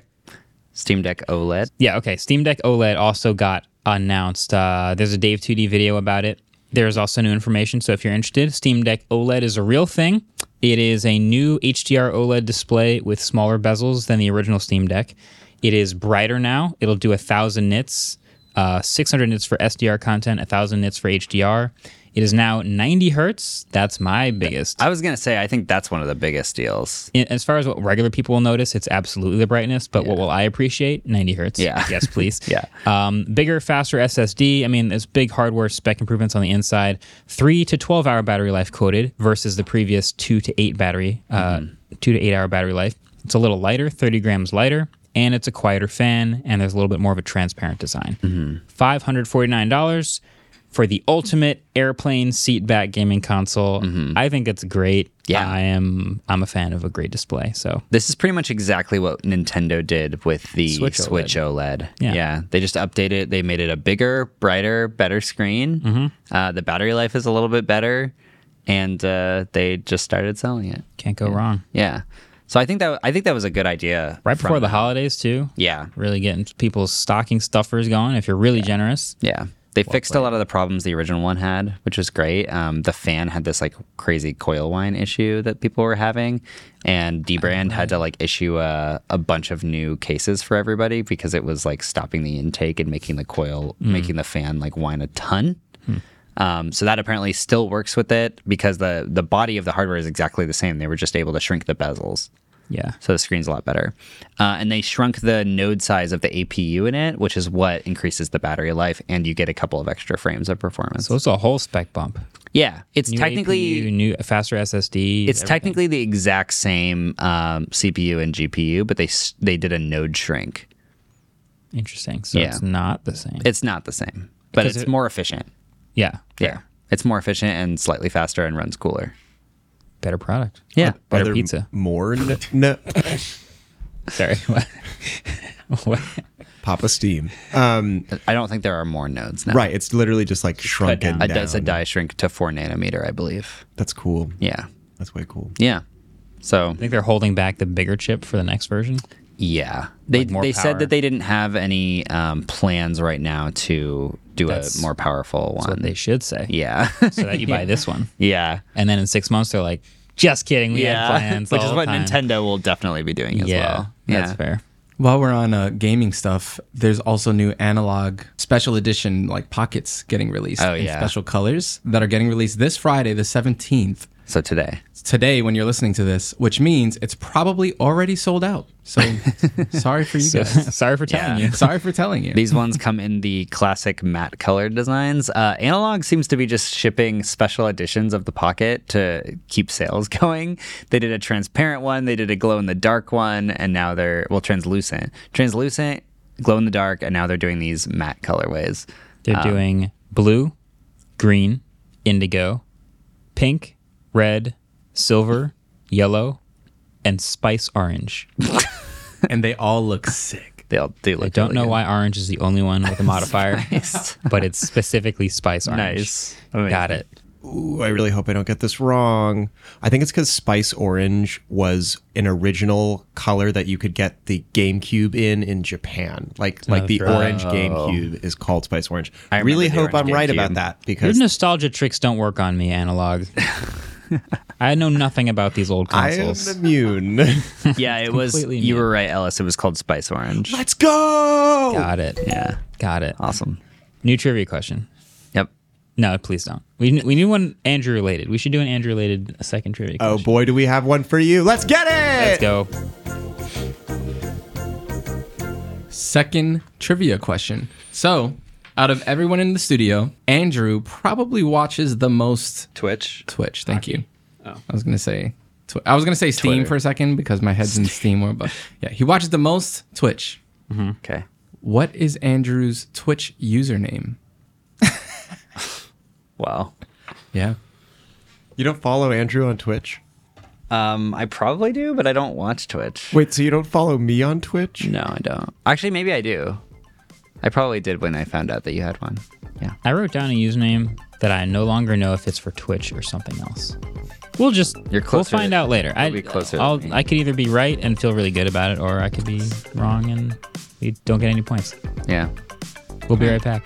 Speaker 3: Steam Deck E OLED.
Speaker 1: Yeah, okay. Steam Deck OLED also got announced. Uh, there's a Dave 2D video about it. There's also new information. So if you're interested, Steam Deck OLED is a real thing. It is a new HDR OLED E display with smaller bezels than the original Steam Deck. It is brighter now. It'll do 1,000 nits, uh, 600 nits for SDR content, 1,000 nits for HDR. It is now 90 hertz. That's my biggest.
Speaker 3: I was gonna say I think that's one of the biggest deals.
Speaker 1: In- as far as what regular people will notice, it's absolutely the brightness. But what will I appreciate? 90 hertz.
Speaker 3: Yeah.
Speaker 1: Yes, please.
Speaker 3: <laughs> Yeah.
Speaker 1: Um, bigger, faster SSD. I mean, there's big hardware spec improvements on the inside. Three to 12 hour battery life quoted versus the previous two to eight battery, uh,
Speaker 3: Mm-hmm.
Speaker 1: two to eight hour battery life. It's a little lighter, 30 grams lighter, and it's a quieter fan, and there's a little bit more of a transparent design.
Speaker 3: Mm-hmm.
Speaker 1: $549 for the ultimate airplane seat back gaming console. I think it's great.
Speaker 3: Mm-hmm. Yeah.
Speaker 1: I am I'm a fan of a great display. So
Speaker 3: This is pretty much exactly what Nintendo did with the Switch
Speaker 1: Switch
Speaker 3: OLED.
Speaker 1: OLED.
Speaker 3: Yeah.
Speaker 1: Yeah.
Speaker 3: they just updated it. They made it a bigger, brighter, better screen. Uh, the battery life is a little bit better, and uh, they just started selling it.
Speaker 1: can't go wrong.
Speaker 3: Yeah, so I think that I think that was a good idea.
Speaker 1: Right
Speaker 3: from
Speaker 1: before the
Speaker 3: them.
Speaker 1: holidays too.
Speaker 3: yeah,
Speaker 1: Really getting people's stocking stuffers going if you're really generous.
Speaker 3: yeah, they fixed a lot of the problems the original one had, which was great. Um, the fan had this like crazy coil line issue that people were having, and Dbrand had to like issue a, a bunch of new cases for everybody because it was like stopping the intake and making the coil, making the fan like whine a ton. Um, so that apparently still works with it because the the body of the hardware is exactly the same. They were just able to shrink the bezels.
Speaker 1: Yeah.
Speaker 3: So the screen's a lot better. Uh, and they shrunk the node size of the APU in it, which is what increases the battery life, and you get a couple of extra frames of performance.
Speaker 1: So it's a whole spec bump.
Speaker 3: yeah, it's
Speaker 1: New
Speaker 3: technically
Speaker 1: APU, new faster SSD.
Speaker 3: it's technically the exact same um, CPU and GPU, but they s- they did a node shrink.
Speaker 1: interesting. So
Speaker 3: Yeah.
Speaker 1: it's not the same.
Speaker 3: It's not the same, but
Speaker 1: Because
Speaker 3: it's
Speaker 1: it-
Speaker 3: more efficient.
Speaker 1: yeah.
Speaker 3: Yeah, it's more efficient and slightly faster and runs cooler.
Speaker 1: Better product.
Speaker 3: Yeah,
Speaker 4: Are
Speaker 1: Better
Speaker 4: there
Speaker 1: pizza.
Speaker 4: More n- <laughs> no,
Speaker 1: <laughs> Sorry. <laughs> What? what?
Speaker 4: Papa Steam.
Speaker 3: I don't think there are more nodes now.
Speaker 4: Right. It's literally just like shrunken
Speaker 3: a,
Speaker 4: down.
Speaker 3: di- it's a die shrink to four nanometer, I believe.
Speaker 4: That's cool.
Speaker 3: Yeah,
Speaker 4: That's way cool.
Speaker 3: yeah. So
Speaker 1: I think they're holding back the bigger chip for the next version.
Speaker 3: Yeah, they
Speaker 1: more
Speaker 3: they said
Speaker 1: power.
Speaker 3: that they didn't have any um, plans right now to do
Speaker 1: That's-
Speaker 3: a more powerful one.
Speaker 1: What they should say.
Speaker 3: yeah, <laughs>
Speaker 1: So that you buy this one.
Speaker 3: yeah,
Speaker 1: And then in six months, they're like, just kidding. We
Speaker 3: yeah.
Speaker 1: had plans.
Speaker 3: <laughs> Which
Speaker 1: the
Speaker 3: is
Speaker 1: whole
Speaker 3: what
Speaker 1: time."
Speaker 3: Nintendo will definitely be doing as
Speaker 1: Yeah.
Speaker 3: well.
Speaker 1: That's
Speaker 3: yeah,
Speaker 1: fair. <laughs>
Speaker 2: While we're on uh, gaming stuff, there's also new analog special edition like pockets getting released
Speaker 3: Oh,
Speaker 2: in
Speaker 3: yeah.
Speaker 2: special colors that are getting released this Friday, the 17th.
Speaker 3: So today.
Speaker 2: today when you're listening to this, which means it's probably already sold out.
Speaker 3: <laughs>
Speaker 2: So sorry for you guys.
Speaker 1: Sorry for telling you.
Speaker 2: <laughs> Sorry for telling you.
Speaker 3: These ones come in the classic matte colored designs. Uh, Analog seems to be just shipping special editions of the Pocket to keep sales <laughs> going. They did a transparent one, they did a glow in the dark one, and now they're, well, translucent. Translucent, glow in the dark, and now they're doing these matte colorways. Um,
Speaker 1: They're doing blue, green, indigo, pink, red, silver, yellow, and spice orange.
Speaker 2: and they all look sick.
Speaker 3: They all do look
Speaker 1: I don't
Speaker 3: really
Speaker 1: know
Speaker 3: good.
Speaker 1: why orange is the only one
Speaker 3: <laughs>
Speaker 1: with a modifier,
Speaker 3: Nice.
Speaker 1: but it's specifically spice orange.
Speaker 3: Nice.
Speaker 1: Got
Speaker 3: Amazing.
Speaker 1: it.
Speaker 4: Ooh, I really hope I don't get this wrong. I think it's because Spice Orange was an original color that you could get the GameCube in in Japan. Like like the
Speaker 1: right.
Speaker 4: orange GameCube is called Spice Orange. I
Speaker 3: remember
Speaker 4: really
Speaker 3: the
Speaker 4: hope I'm
Speaker 3: orange
Speaker 4: right
Speaker 3: GameCube.
Speaker 4: about that
Speaker 1: Your
Speaker 4: because
Speaker 1: nostalgia tricks don't work on me,
Speaker 3: <laughs>
Speaker 1: analog. I know nothing about these old
Speaker 4: I am
Speaker 1: <laughs> consoles.
Speaker 4: immune. <laughs>
Speaker 3: Yeah, it was,
Speaker 1: completely
Speaker 3: you
Speaker 1: new.
Speaker 3: were right, Ellis. It was called Spice Orange.
Speaker 4: Let's go.
Speaker 1: Got it.
Speaker 3: Yeah.
Speaker 1: Got it.
Speaker 3: Awesome.
Speaker 1: New trivia question.
Speaker 3: Yep.
Speaker 1: No, please don't. We we need one Andrew related. We should do an Andrew related second trivia.
Speaker 4: Oh
Speaker 1: question.
Speaker 4: boy, do we have one for you. Let's get
Speaker 1: Let's
Speaker 4: it.
Speaker 1: go.
Speaker 2: Second trivia question. So, out of everyone in the studio, Andrew probably watches the most
Speaker 3: Twitch.
Speaker 2: Twitch. Thank you. I was gonna say. Tw- I was gonna say Steam for a second because my head's in Steam,
Speaker 3: <laughs>
Speaker 2: world, but yeah, he watches the most Twitch.
Speaker 3: Okay.
Speaker 2: What is Andrew's Twitch username?
Speaker 3: Wow.
Speaker 2: Yeah,
Speaker 4: You don't follow Andrew on Twitch?
Speaker 3: Um, I probably do, but I don't watch Twitch.
Speaker 4: Wait, so you don't follow me on Twitch?
Speaker 3: No, I don't. Actually, maybe I do. I probably did when I found out that you had one. Yeah.
Speaker 1: I wrote down a username that I no longer know if it's for Twitch or something else. We'll just we'll
Speaker 3: You're closer
Speaker 1: find
Speaker 3: to-
Speaker 1: out later. I
Speaker 3: be closer than
Speaker 1: I'll,
Speaker 3: me.
Speaker 1: I could either be right and feel really good about it, or I could be wrong and we don't get any points.
Speaker 3: Yeah.
Speaker 1: We'll be right back.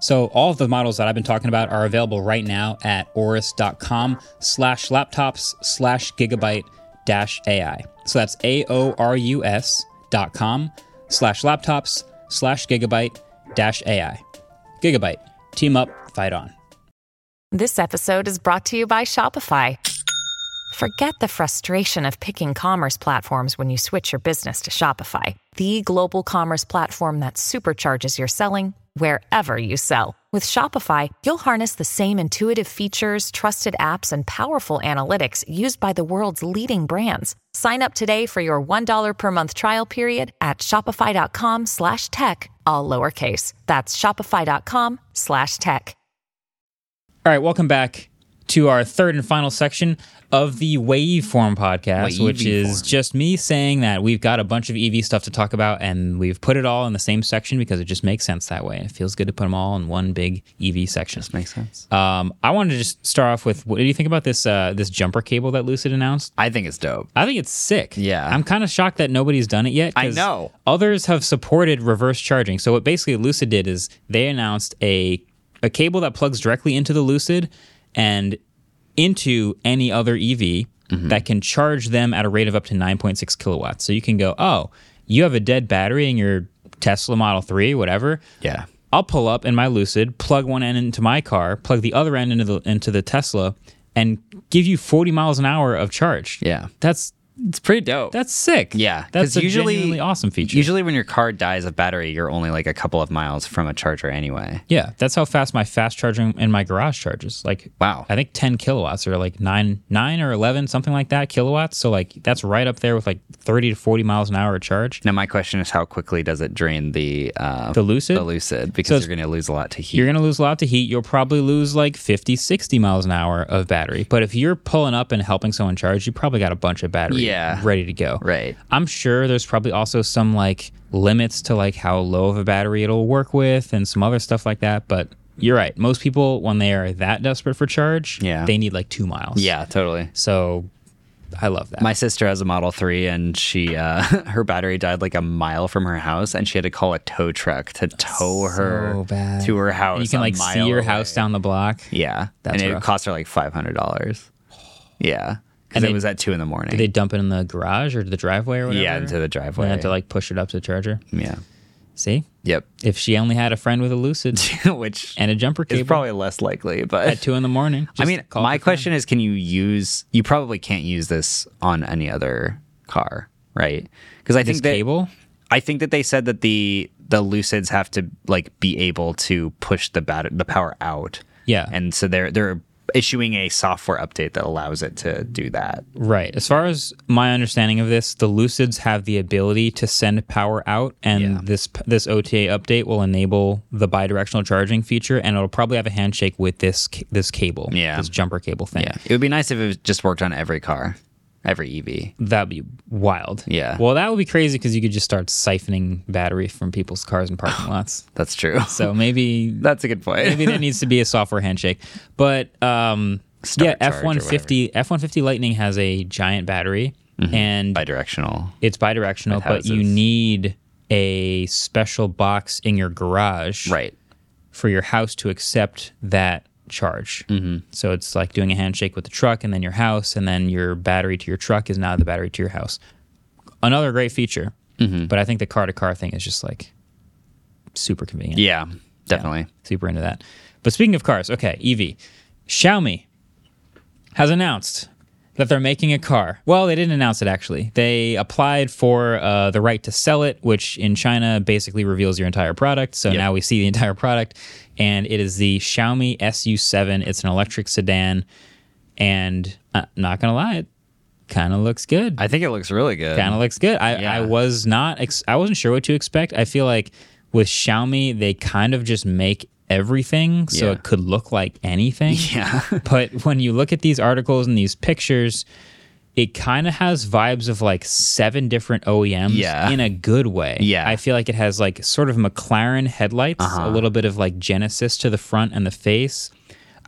Speaker 1: So all of the models that I've been talking about are available right now at oris.com slash laptops slash gigabyte dash AI. So that's A-O-R-U-S dot com slash laptops slash gigabyte dash AI. Gigabyte. Team up, fight on.
Speaker 7: This episode is brought to you by Shopify. Forget the frustration of picking commerce platforms when you switch your business to Shopify, the global commerce platform that supercharges your selling wherever you sell. With Shopify, you'll harness the same intuitive features, trusted apps, and powerful analytics used by the world's leading brands. Sign up today for your $1 per month trial period at shopify.com slash tech, all lowercase. That's shopify.com slash tech.
Speaker 1: All right, welcome back. to our third and final section of the Waveform podcast, which is just me saying that we've got a bunch of EV stuff to talk about and we've put it all in the same section because it just makes sense that way. It feels good to put them all in one big EV section.
Speaker 3: Makes sense.
Speaker 1: Um, I wanted to just start off with what do you think about this uh, this jumper cable that Lucid announced?
Speaker 3: I think it's dope.
Speaker 1: I think it's sick.
Speaker 3: Yeah.
Speaker 1: I'm kind of shocked that nobody's done it yet.
Speaker 3: I
Speaker 1: 'cause
Speaker 3: know.
Speaker 1: Others have supported reverse charging. So what basically Lucid did is they announced a a cable that plugs directly into the Lucid and into any other EV
Speaker 3: Mm-hmm.
Speaker 1: that can charge them at a rate of up to 9.6 kilowatts. So you can go, "Oh, you have a dead battery in your Tesla Model 3, whatever.
Speaker 3: Yeah.
Speaker 1: I'll pull up in my Lucid, plug one end into my car, plug the other end into the into the Tesla, and give you 40 miles an hour of charge.
Speaker 3: Yeah.
Speaker 1: that's
Speaker 3: It's pretty dope.
Speaker 1: that's sick.
Speaker 3: yeah,
Speaker 1: that's
Speaker 3: 'cause
Speaker 1: a usually genuinely awesome feature.
Speaker 3: Usually, when your car dies of battery, you're only like a couple of miles from a charger anyway.
Speaker 1: yeah, that's how fast my fast charging in my garage charges. Like
Speaker 3: Wow.
Speaker 1: I think 10 kilowatts or like nine nine or 11 something like that kilowatts. So like that's right up there with like 30 to 40 miles an hour of charge.
Speaker 3: Now, my question is, how quickly does it drain the uh,
Speaker 1: The Lucid?
Speaker 3: The Lucid, because
Speaker 1: it's-
Speaker 3: you're going to lose a lot to heat.
Speaker 1: You're going to lose a lot to heat. You'll probably lose like 50, 60 miles an hour of battery. But if you're pulling up and helping someone charge, you probably got a bunch of battery
Speaker 3: Yeah.
Speaker 1: ready to go.
Speaker 3: Right.
Speaker 1: I'm sure there's probably also some like limits to like how low of a battery it'll work with and some other stuff like that. But you're right. Most people, when they are that desperate for charge,
Speaker 3: Yeah.
Speaker 1: they need like two miles.
Speaker 3: Yeah, totally.
Speaker 1: So I love that.
Speaker 3: My sister has a Model 3 and she uh, <laughs> her battery died like a mile from her house and she had to call a tow truck to tow her
Speaker 1: bad.
Speaker 3: to her house.
Speaker 1: you can
Speaker 3: a
Speaker 1: like see
Speaker 3: mile
Speaker 1: your
Speaker 3: away.
Speaker 1: house down the block.
Speaker 3: Yeah.
Speaker 1: That's
Speaker 3: and it
Speaker 1: rough.
Speaker 3: cost her
Speaker 1: <sighs>
Speaker 3: like $500. Yeah. Because
Speaker 1: And
Speaker 3: it
Speaker 1: they-
Speaker 3: was at 2 in the morning.
Speaker 1: Did they dump it in the garage or the driveway or whatever?
Speaker 3: yeah, into the
Speaker 1: And
Speaker 3: driveway.
Speaker 1: they have to like push it up to the charger.
Speaker 3: yeah.
Speaker 1: See,
Speaker 3: Yep. <laughs>
Speaker 1: if she only had a friend with a lucid
Speaker 3: Which
Speaker 1: and a jumper
Speaker 3: is
Speaker 1: cable
Speaker 3: probably less likely, but
Speaker 1: at two in the morning.
Speaker 3: I
Speaker 1: just
Speaker 3: mean,
Speaker 1: call it a
Speaker 3: my
Speaker 1: friend.
Speaker 3: question is can you use you probably can't use this on any other car, right? Cuz I
Speaker 1: This
Speaker 3: think that
Speaker 1: cable.
Speaker 3: I think that they said that the the lucids have to like be able to push the bat- the power out.
Speaker 1: Yeah.
Speaker 3: And so they're they're issuing a software update that allows it to do that.
Speaker 1: Right. As far as my understanding of this, the Lucids have the ability to send power out, and this this OTA update will enable the bidirectional charging feature, and it'll probably have a handshake with this ca- this cable,
Speaker 3: Yeah.
Speaker 1: this jumper cable thing.
Speaker 3: It would be nice if it was- just worked on every car, every E EV.
Speaker 1: That'd be wild.
Speaker 3: Yeah.
Speaker 1: Well, that would be crazy because you could just start siphoning battery from people's cars and
Speaker 3: <sighs>
Speaker 1: parking lots.
Speaker 3: That's true. <laughs>
Speaker 1: So maybe
Speaker 3: That's a good
Speaker 1: maybe
Speaker 3: point.
Speaker 1: there needs to be a software handshake. But um, yeah,
Speaker 3: charge or
Speaker 1: F one fifty F one fifty Lightning has a giant battery,
Speaker 3: Mm-hmm.
Speaker 1: and
Speaker 3: <laughs> Bidirectional.
Speaker 1: it's bidirectional, but you
Speaker 3: houses.
Speaker 1: need a special box in your garage
Speaker 3: Right.
Speaker 1: for your house to accept that charge. Mm-hmm. So it's like doing a handshake with the truck and then your house, and then your battery to your truck is now the battery to your house. Another great feature,
Speaker 3: Mm-hmm.
Speaker 1: but I think the car to car thing is just like super convenient.
Speaker 3: Yeah, definitely.
Speaker 1: Super into that. But speaking of cars, okay, EV. Xiaomi has announced that they're making a car. Well, they didn't announce it actually. They applied for uh, the right to sell it, which in China basically reveals your entire product. So now we see the entire product, and it is the Xiaomi SU7. It's an electric sedan, and uh, not gonna lie, it kind of looks good
Speaker 3: I think it looks really good.
Speaker 1: kind of looks good. I,
Speaker 3: Yeah.
Speaker 1: I was not ex- I wasn't sure what to expect. I feel like with Xiaomi they kind of just make everything so
Speaker 3: Yeah.
Speaker 1: it could look like
Speaker 3: <laughs>
Speaker 1: anything. Yeah. but when you look at these articles and these pictures, it kind of has vibes of like seven different OEMs
Speaker 3: Yeah.
Speaker 1: in a good way.
Speaker 3: Yeah. Uh-huh.
Speaker 1: I feel like it has like sort of McLaren headlights, a little bit of like Genesis to the front and the face.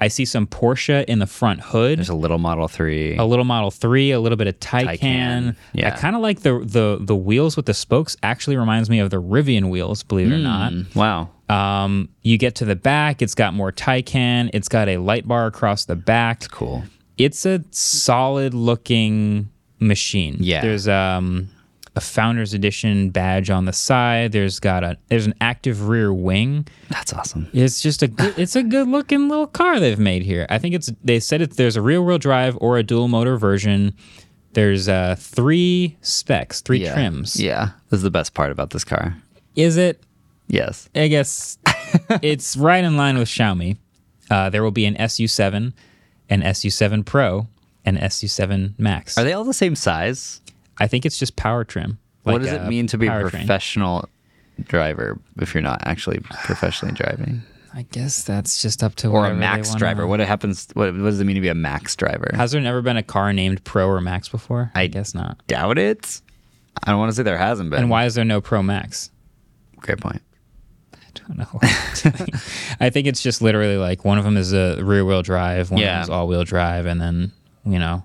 Speaker 1: I see some Porsche in the front hood
Speaker 3: There's a little Model 3.
Speaker 1: a little Model Three, a little bit of Taycan.
Speaker 3: Taycan, yeah.
Speaker 1: I kind of like the the the wheels with the spokes. Actually, reminds me of the Rivian wheels. Believe it or not.
Speaker 3: Wow.
Speaker 1: Um, you get to the back, it's got more Taycan. It's got a light bar across the back.
Speaker 3: cool.
Speaker 1: It's a solid looking machine.
Speaker 3: Yeah.
Speaker 1: There's um a founder's edition badge on the side. There's got a there's an active rear wing.
Speaker 3: That's awesome.
Speaker 1: It's just a good, it's a good looking little car they've made here. I think it's they said it's there's a rear wheel drive or a dual motor version. There's uh, three specs, three
Speaker 3: Yeah.
Speaker 1: trims.
Speaker 3: Yeah. This is the best part about this car.
Speaker 1: Is it?
Speaker 3: Yes.
Speaker 1: I guess <laughs> it's right in line with Xiaomi. Uh, there will be an SU7, an SU7 Pro, and SU7 Max.
Speaker 3: Are they all the same size?
Speaker 1: I think it's just power trim.
Speaker 3: what
Speaker 1: like,
Speaker 3: does it
Speaker 1: uh,
Speaker 3: mean to be a
Speaker 1: powertrain. <sighs>
Speaker 3: professional driver if you're not actually professionally driving?
Speaker 1: I guess that's just up to
Speaker 3: or a
Speaker 1: whatever they
Speaker 3: max
Speaker 1: wanna-
Speaker 3: driver? What happens? What, what does it mean to be a max driver?
Speaker 1: Has there never been a car named Pro or Max before? I,
Speaker 3: I-
Speaker 1: guess not.
Speaker 3: Doubt it. I don't want to say there hasn't been.
Speaker 1: And why is there no Pro Max?
Speaker 3: Great point.
Speaker 1: I <laughs> don't know. I think it's just literally like one of them is a rear wheel drive, one
Speaker 3: Yeah.
Speaker 1: of them is all wheel drive, and then you know,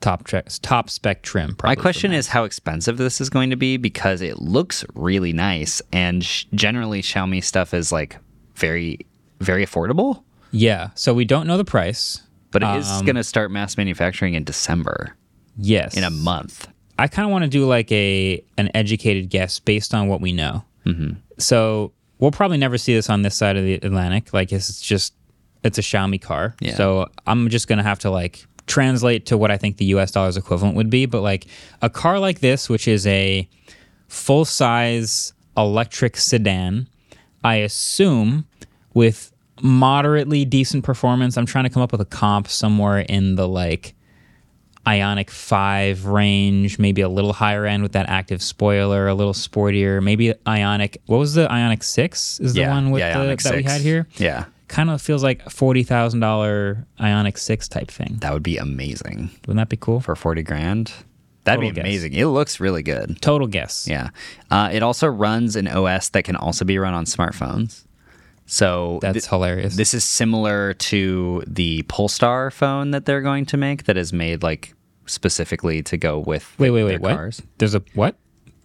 Speaker 1: top tre- top spec trim. Probably
Speaker 3: My
Speaker 1: for
Speaker 3: question
Speaker 1: Max.
Speaker 3: is how expensive this is going to be because it looks really nice, and sh- generally Xiaomi stuff is like very, very affordable.
Speaker 1: yeah. So we don't know the price.
Speaker 3: But it is
Speaker 1: Um,
Speaker 3: going to start mass manufacturing in December
Speaker 1: Yes,
Speaker 3: in a month.
Speaker 1: I kind of want to do like a an educated guess based on what we know.
Speaker 3: Mm-hmm.
Speaker 1: So we'll probably never see this on this side of the Atlantic. Like it's just it's a Xiaomi car.
Speaker 3: Yeah.
Speaker 1: So I'm just gonna have to like translate to what I think the U.S. dollars equivalent would be. But like a car like this, which is a full size electric sedan, I assume with moderately decent performance. I'm trying to come up with a comp somewhere in the like Ionic 5 range, maybe a little higher end with that active spoiler, a little sportier, maybe Ionic. What was the Ionic 6? Is the one with the,
Speaker 3: Ioniq
Speaker 1: that we
Speaker 3: 6.
Speaker 1: had here?
Speaker 3: Yeah,
Speaker 1: Kind of feels like $40,000 Ionic 6 type thing.
Speaker 3: that would be amazing
Speaker 1: Wouldn't that be cool?
Speaker 3: for forty grand. That'd
Speaker 1: Total
Speaker 3: be
Speaker 1: guess.
Speaker 3: amazing. It looks really good.
Speaker 1: Total guess.
Speaker 3: Yeah. Uh, it also runs an OS that can also be run on smartphones. So
Speaker 1: That's
Speaker 3: thi-
Speaker 1: hilarious.
Speaker 3: This is similar to the Polestar phone that they're going to make that is made like specifically to go with
Speaker 1: wait, wait,
Speaker 3: their
Speaker 1: wait. What?
Speaker 3: cars.
Speaker 1: There's a what?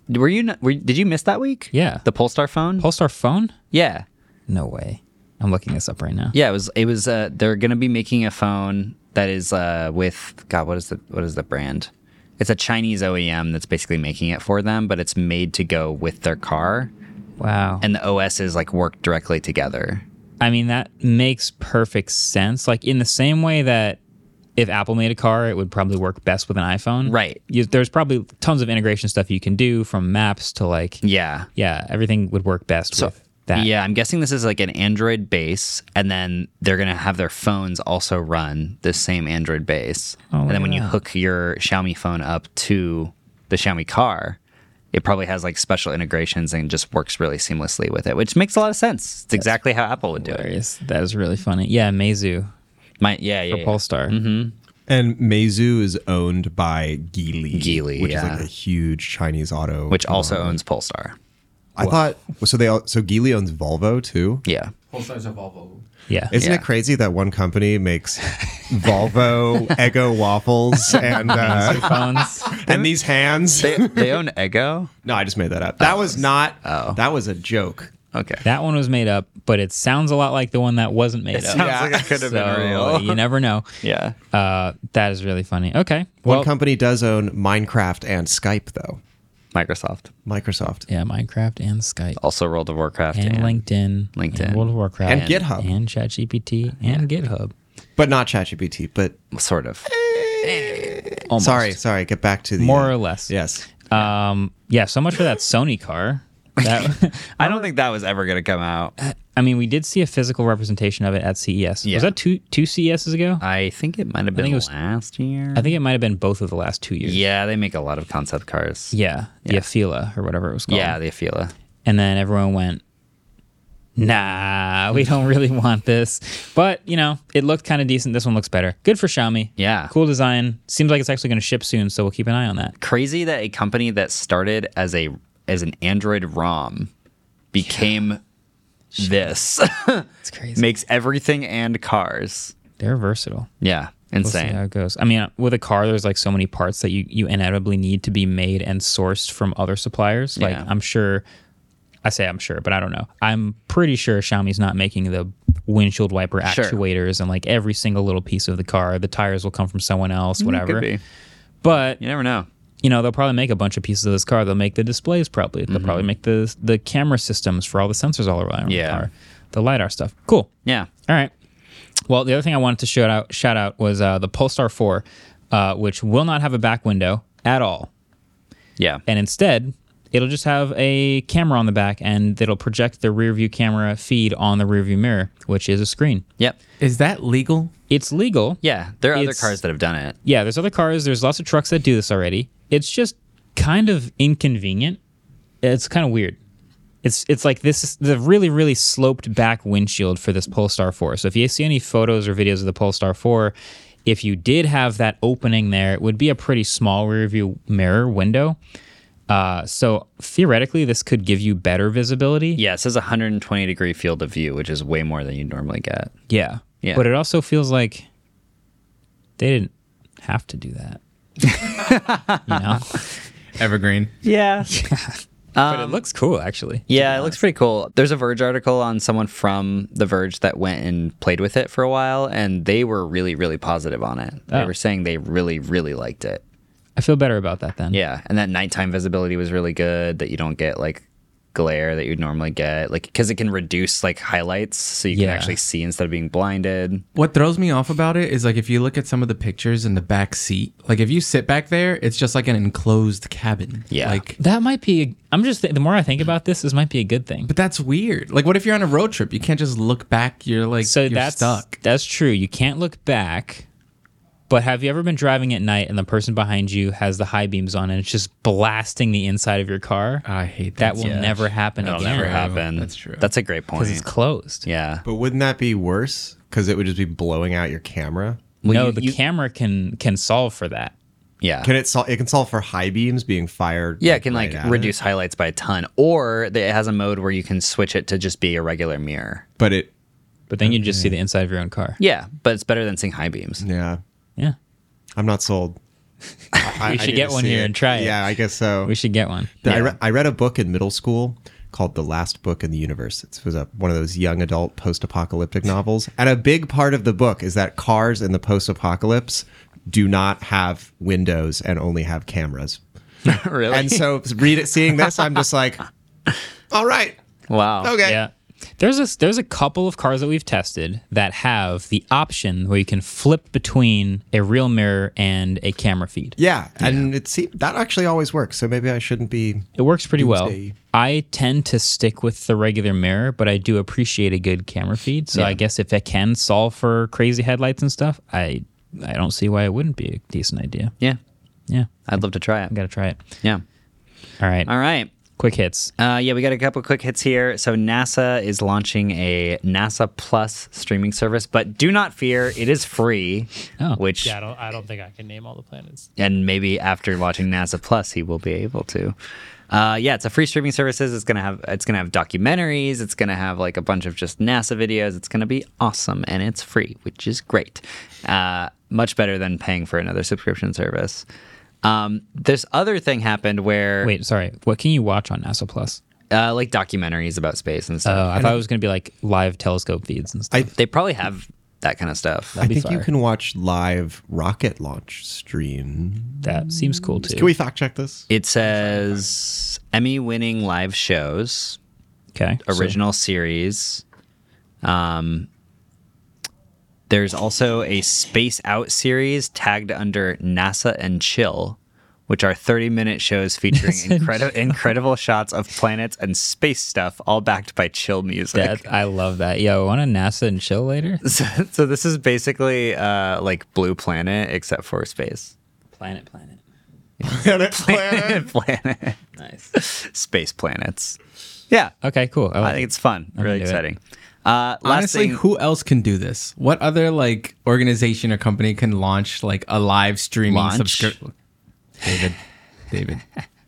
Speaker 3: Were you not, were, did you miss that week?
Speaker 1: Yeah.
Speaker 3: The Polestar phone?
Speaker 1: Polestar phone?
Speaker 3: yeah.
Speaker 1: No way. I'm looking this up right now.
Speaker 3: Yeah, it was. It was. Uh, they're going to be making a phone that is uh, with God. What is the what is the brand? It's a Chinese OEM that's basically making it for them, but it's made to go with their car,
Speaker 1: Wow.
Speaker 3: and the OS is like worked directly together.
Speaker 1: I mean, that makes perfect sense. Like in the same way that if Apple made a car, it would probably work best with an iPhone.
Speaker 3: Right.
Speaker 1: You, there's probably tons of integration stuff you can do from maps to like, yeah,
Speaker 3: Yeah.
Speaker 1: everything would work best with that.
Speaker 3: Yeah, I'm guessing this is like an Android base, and then they're gonna have their phones also run the same Android base. and
Speaker 1: Oh, look
Speaker 3: then when
Speaker 1: at
Speaker 3: you
Speaker 1: that.
Speaker 3: hook your Xiaomi phone up to the Xiaomi car, it probably has like special integrations and just works really seamlessly with it, which makes a lot of sense. It's exactly how Apple would do it.
Speaker 1: Hilarious. That is really funny. Yeah, Meizu
Speaker 3: My yeah, yeah, Mm-hmm.
Speaker 1: for
Speaker 3: yeah.
Speaker 1: Polestar.
Speaker 4: And Meizu is owned by Geely,
Speaker 3: Geely,
Speaker 4: which
Speaker 3: yeah.
Speaker 4: is like a huge Chinese auto.
Speaker 3: which also
Speaker 1: Oh.
Speaker 4: conglomerate.
Speaker 3: owns Polestar.
Speaker 4: I thought so. They all, so Geely owns Volvo too.
Speaker 3: Yeah,
Speaker 2: Polestar's a Volvo.
Speaker 1: Yeah.
Speaker 4: Isn't
Speaker 3: Yeah.
Speaker 4: it crazy that one
Speaker 3: <laughs>
Speaker 4: company makes Volvo Eggo waffles and uh,
Speaker 3: <laughs>
Speaker 1: Phones.
Speaker 4: <laughs> and these hands?
Speaker 3: they Oh. they own Ego.
Speaker 4: no, I just made that up. That was not. That was a joke.
Speaker 3: Okay,
Speaker 1: That one was made up, but it sounds a lot like the one that wasn't made up.
Speaker 3: sounds like it could
Speaker 1: <laughs>
Speaker 3: have
Speaker 1: So,
Speaker 3: been real.
Speaker 1: you never know.
Speaker 3: <laughs> Yeah,
Speaker 1: Uh, that is really funny. Okay.
Speaker 4: One
Speaker 1: Well,
Speaker 4: company does own Minecraft and Skype though.
Speaker 3: Microsoft
Speaker 4: Microsoft.
Speaker 1: yeah, Minecraft and Skype.
Speaker 3: also World of Warcraft
Speaker 1: and, LinkedIn,
Speaker 3: LinkedIn.
Speaker 1: and World of Warcraft,
Speaker 4: And GitHub.
Speaker 1: and ChatGPT, and GitHub.
Speaker 4: But not ChatGPT, but
Speaker 3: sort of.
Speaker 1: Almost.
Speaker 4: sorry, sorry, get back to the uh,
Speaker 1: more or less.
Speaker 4: Yes.
Speaker 1: Um. Yeah. So much for that Sony car. That,
Speaker 3: <laughs>
Speaker 1: <laughs>
Speaker 3: I don't think that was ever gonna come out.
Speaker 1: I mean, we did see a physical representation of it at CES.
Speaker 3: Yeah. Uh,
Speaker 1: Was that two two CESs ago?
Speaker 3: I think it might have been
Speaker 1: think it was-
Speaker 3: last year.
Speaker 1: I think it might have been both of the last two years.
Speaker 3: yeah, they make a lot of concept cars.
Speaker 1: Yeah. The Afila or whatever it was called.
Speaker 3: yeah, the Afila.
Speaker 1: and then everyone went nah we don't <laughs> really want this but you know it looked kind of decent this one looks better good for xiaomi
Speaker 3: Yeah.
Speaker 1: cool design seems like it's actually going to ship soon so we'll keep an eye on that
Speaker 3: Crazy that a company that started as a as an Android ROM became this
Speaker 1: it's crazy
Speaker 3: <laughs> makes everything and cars.
Speaker 1: they're versatile
Speaker 3: Yeah,
Speaker 1: We'll see how
Speaker 3: insane.
Speaker 1: it goes. I mean, uh, with a car, there's like so many parts that you, you inevitably need to be made and sourced from other suppliers. Like,
Speaker 3: Yeah.
Speaker 1: I'm sure, I say I'm sure, but I don't know. I'm pretty sure Xiaomi's not making the windshield wiper
Speaker 3: Sure.
Speaker 1: actuators and like every single little piece of the car. The tires will come from someone else, whatever.
Speaker 3: Mm, Could be.
Speaker 1: But
Speaker 3: You never know.
Speaker 1: you know, they'll probably make a bunch of pieces of this car. They'll make the displays probably. They'll
Speaker 3: Mm-hmm.
Speaker 1: probably make the the camera systems for all the sensors all around
Speaker 3: Yeah.
Speaker 1: the car. The lidar stuff. Cool.
Speaker 3: Yeah.
Speaker 1: All right. Well, the other thing I wanted to shout out shout out was uh, the Polestar 4, uh, which will not have a back window at all,
Speaker 3: Yeah.
Speaker 1: and instead it'll just have a camera on the back, and it'll project the rear view camera feed on the rear view mirror, which is a screen.
Speaker 3: yep.
Speaker 2: Is that legal?
Speaker 1: It's legal.
Speaker 3: Yeah. There are other
Speaker 1: It's-
Speaker 3: cars that have done it.
Speaker 1: Yeah, there's other cars. There's lots of trucks that do this already. It's just kind of inconvenient. It's kind of weird. It's it's like this is the really really sloped back windshield for this Polestar 4. So if you see any photos or videos of the Polestar 4, if you did have that opening there, it would be a pretty small rear view mirror window. Uh, so theoretically, this could give you better visibility.
Speaker 3: Yeah, it says 120 degree field of view, which is way more than you normally get.
Speaker 1: Yeah.
Speaker 3: Yeah.
Speaker 1: But it also feels like they didn't have to do that. you know?
Speaker 2: Evergreen.
Speaker 1: <laughs>
Speaker 3: Yeah. Um,
Speaker 1: but it looks cool, actually.
Speaker 3: Yeah, it looks pretty cool. There's a Verge article on someone from The Verge that went and played with it for a while, and they were really, really positive on it. They
Speaker 1: Oh.
Speaker 3: were saying they really, really liked it.
Speaker 1: I feel better about that then.
Speaker 3: Yeah, and that nighttime visibility was really good. That you don't get like glare that you'd normally get, like because it can reduce like highlights, so you can
Speaker 1: Yeah.
Speaker 3: actually see instead of being blinded.
Speaker 2: <laughs> What throws me off about it is like if you look at some of the pictures in the back seat, like if you sit back there, it's just like an enclosed cabin.
Speaker 3: Yeah.
Speaker 2: Like
Speaker 1: That might be. A, I'm just. Th- the more I think about this, this might be a good thing.
Speaker 2: but that's weird. Like what if you're on a road trip? You can't just look back, you're like
Speaker 1: so
Speaker 2: you're
Speaker 1: that's
Speaker 2: stuck.
Speaker 1: that's true. You can't look back. But have you ever been driving at night and the person behind you has the high beams on and it's just blasting the inside of your car?
Speaker 2: I hate that.
Speaker 1: that will never happen
Speaker 3: That'll
Speaker 1: again
Speaker 3: never happen.
Speaker 2: That's true.
Speaker 3: That's a great point.
Speaker 1: because it's closed.
Speaker 3: yeah.
Speaker 4: But wouldn't that be worse? Because it would just be blowing out your camera.
Speaker 1: no,
Speaker 3: you-
Speaker 1: the
Speaker 3: you-
Speaker 1: camera can can solve for that.
Speaker 3: Yeah.
Speaker 4: Can it sol- It can solve for high beams being fired.
Speaker 3: Yeah, it can
Speaker 4: right
Speaker 3: like
Speaker 4: at
Speaker 3: reduce
Speaker 4: it,
Speaker 3: highlights by a ton, or that it has a mode where you can switch it to just be a regular mirror.
Speaker 4: but it.
Speaker 1: But then you just see the inside of your own car.
Speaker 3: Yeah, but it's better than seeing high beams.
Speaker 4: Yeah,
Speaker 1: Yeah.
Speaker 4: I'm not
Speaker 1: <laughs>
Speaker 4: sold. I,
Speaker 1: We
Speaker 4: I
Speaker 1: should
Speaker 4: need
Speaker 1: get
Speaker 4: to
Speaker 1: one
Speaker 4: see
Speaker 1: here and try it.
Speaker 4: Yeah, I guess so.
Speaker 1: We should get one.
Speaker 4: I, re- I read a book in middle school called The Last Book in the Universe. It was a, one of those young adult post apocalyptic novels. And a big part of the book is that cars in the post apocalypse do not have windows and only have cameras.
Speaker 3: really?
Speaker 4: And so read it, seeing this, I'm just like, <laughs> all right,
Speaker 3: wow.
Speaker 4: okay.
Speaker 1: Yeah. There's a there's a couple of cars that we've tested that have the option where you can flip between a real mirror and a camera feed.
Speaker 4: Yeah, and it seemed that actually always works. So maybe I shouldn't be.
Speaker 1: It works pretty
Speaker 4: Doomsday.
Speaker 1: well. I tend to stick with the regular mirror, but I do appreciate a good camera feed. So I guess if I can solve for crazy headlights and stuff, I I don't see why it wouldn't be a decent idea.
Speaker 3: Yeah,
Speaker 1: Yeah.
Speaker 3: I'd love to try it.
Speaker 1: I gotta try it.
Speaker 3: Yeah.
Speaker 1: All right.
Speaker 3: All right.
Speaker 1: Quick hits.
Speaker 3: Uh, yeah, we got a couple quick hits here. So NASA is launching a NASA Plus streaming service, but do not fear, it is free.
Speaker 1: Oh.
Speaker 3: which
Speaker 6: Yeah, I don't, I don't think I can name all the planets.
Speaker 3: and maybe after watching NASA Plus, he will be able to. Uh, yeah, it's a free streaming services. It's gonna have it's gonna have documentaries. It's gonna have like a bunch of just NASA videos. It's gonna be awesome, and it's free, which is great. Uh, much better than paying for another subscription service. Um, this other thing happened where
Speaker 1: Wait, sorry. What can you watch on NASA Plus?
Speaker 3: uh, like documentaries about space and
Speaker 1: Oh,
Speaker 3: stuff.
Speaker 1: I thought it was gonna be like live telescope feeds and stuff.
Speaker 4: I-
Speaker 3: they probably have that kind of stuff.
Speaker 4: I think you
Speaker 1: fire.
Speaker 4: can watch live rocket launch stream.
Speaker 1: that seems cool too.
Speaker 4: Can we fact check this?
Speaker 3: It says Emmy winning live shows,
Speaker 1: okay.
Speaker 3: original series. Um, there's also a Space Out series tagged under NASA and Chill, which are 30 minute shows featuring incredi- incredible shots of planets and space stuff, all backed by chill music.
Speaker 1: That, I love that. Yo, want a NASA and chill later?
Speaker 3: <laughs> So, so this is basically uh, like Blue Planet, except for space.
Speaker 1: Planet, planet.
Speaker 3: <laughs> planet.
Speaker 1: Nice.
Speaker 3: Space planets. Yeah.
Speaker 1: Okay, cool. Oh, I,
Speaker 3: I
Speaker 1: like
Speaker 3: think it's fun. really
Speaker 1: do it.
Speaker 3: exciting. Uh, last
Speaker 2: Honestly,
Speaker 3: thing,
Speaker 2: who else can do this? What other like organization or company can launch like a live streaming
Speaker 3: Launch?
Speaker 2: subscription? David,
Speaker 1: <laughs>
Speaker 2: David,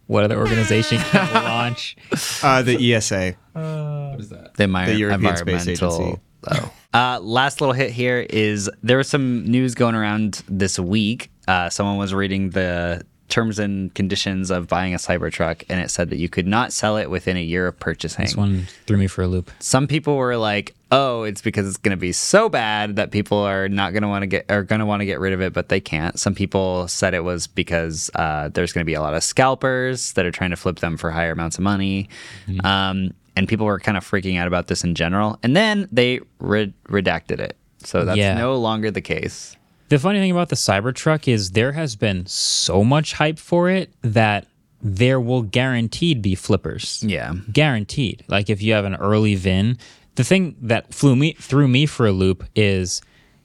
Speaker 1: what other organization
Speaker 3: <laughs>
Speaker 1: can launch?
Speaker 4: Uh, the ESA.
Speaker 2: what is that?
Speaker 3: the, envir-
Speaker 4: the European Space
Speaker 3: environmental. oh. Uh, last little hit here is there was some news going around this week. Uh, someone was reading the terms and conditions of buying a Cybertruck, and it said that you could not sell it within a year of purchasing.
Speaker 1: This one threw me for a loop.
Speaker 3: Some people were like, "Oh, it's because it's going to be so bad that people are not going to want to get are going to want to get rid of it, but they can't." Some people said it was because uh, there's going to be a lot of scalpers that are trying to flip them for higher amounts of money,
Speaker 1: Mm-hmm.
Speaker 3: um, and people were kind of freaking out about this in general. And then they re- redacted it, so that's
Speaker 1: Yeah.
Speaker 3: no longer the case.
Speaker 1: The funny thing about the Cybertruck is there has been so much hype for it that there will guaranteed be flippers.
Speaker 3: Yeah,
Speaker 1: guaranteed. Like if you have an early VIN, the thing that flew me threw me for a loop is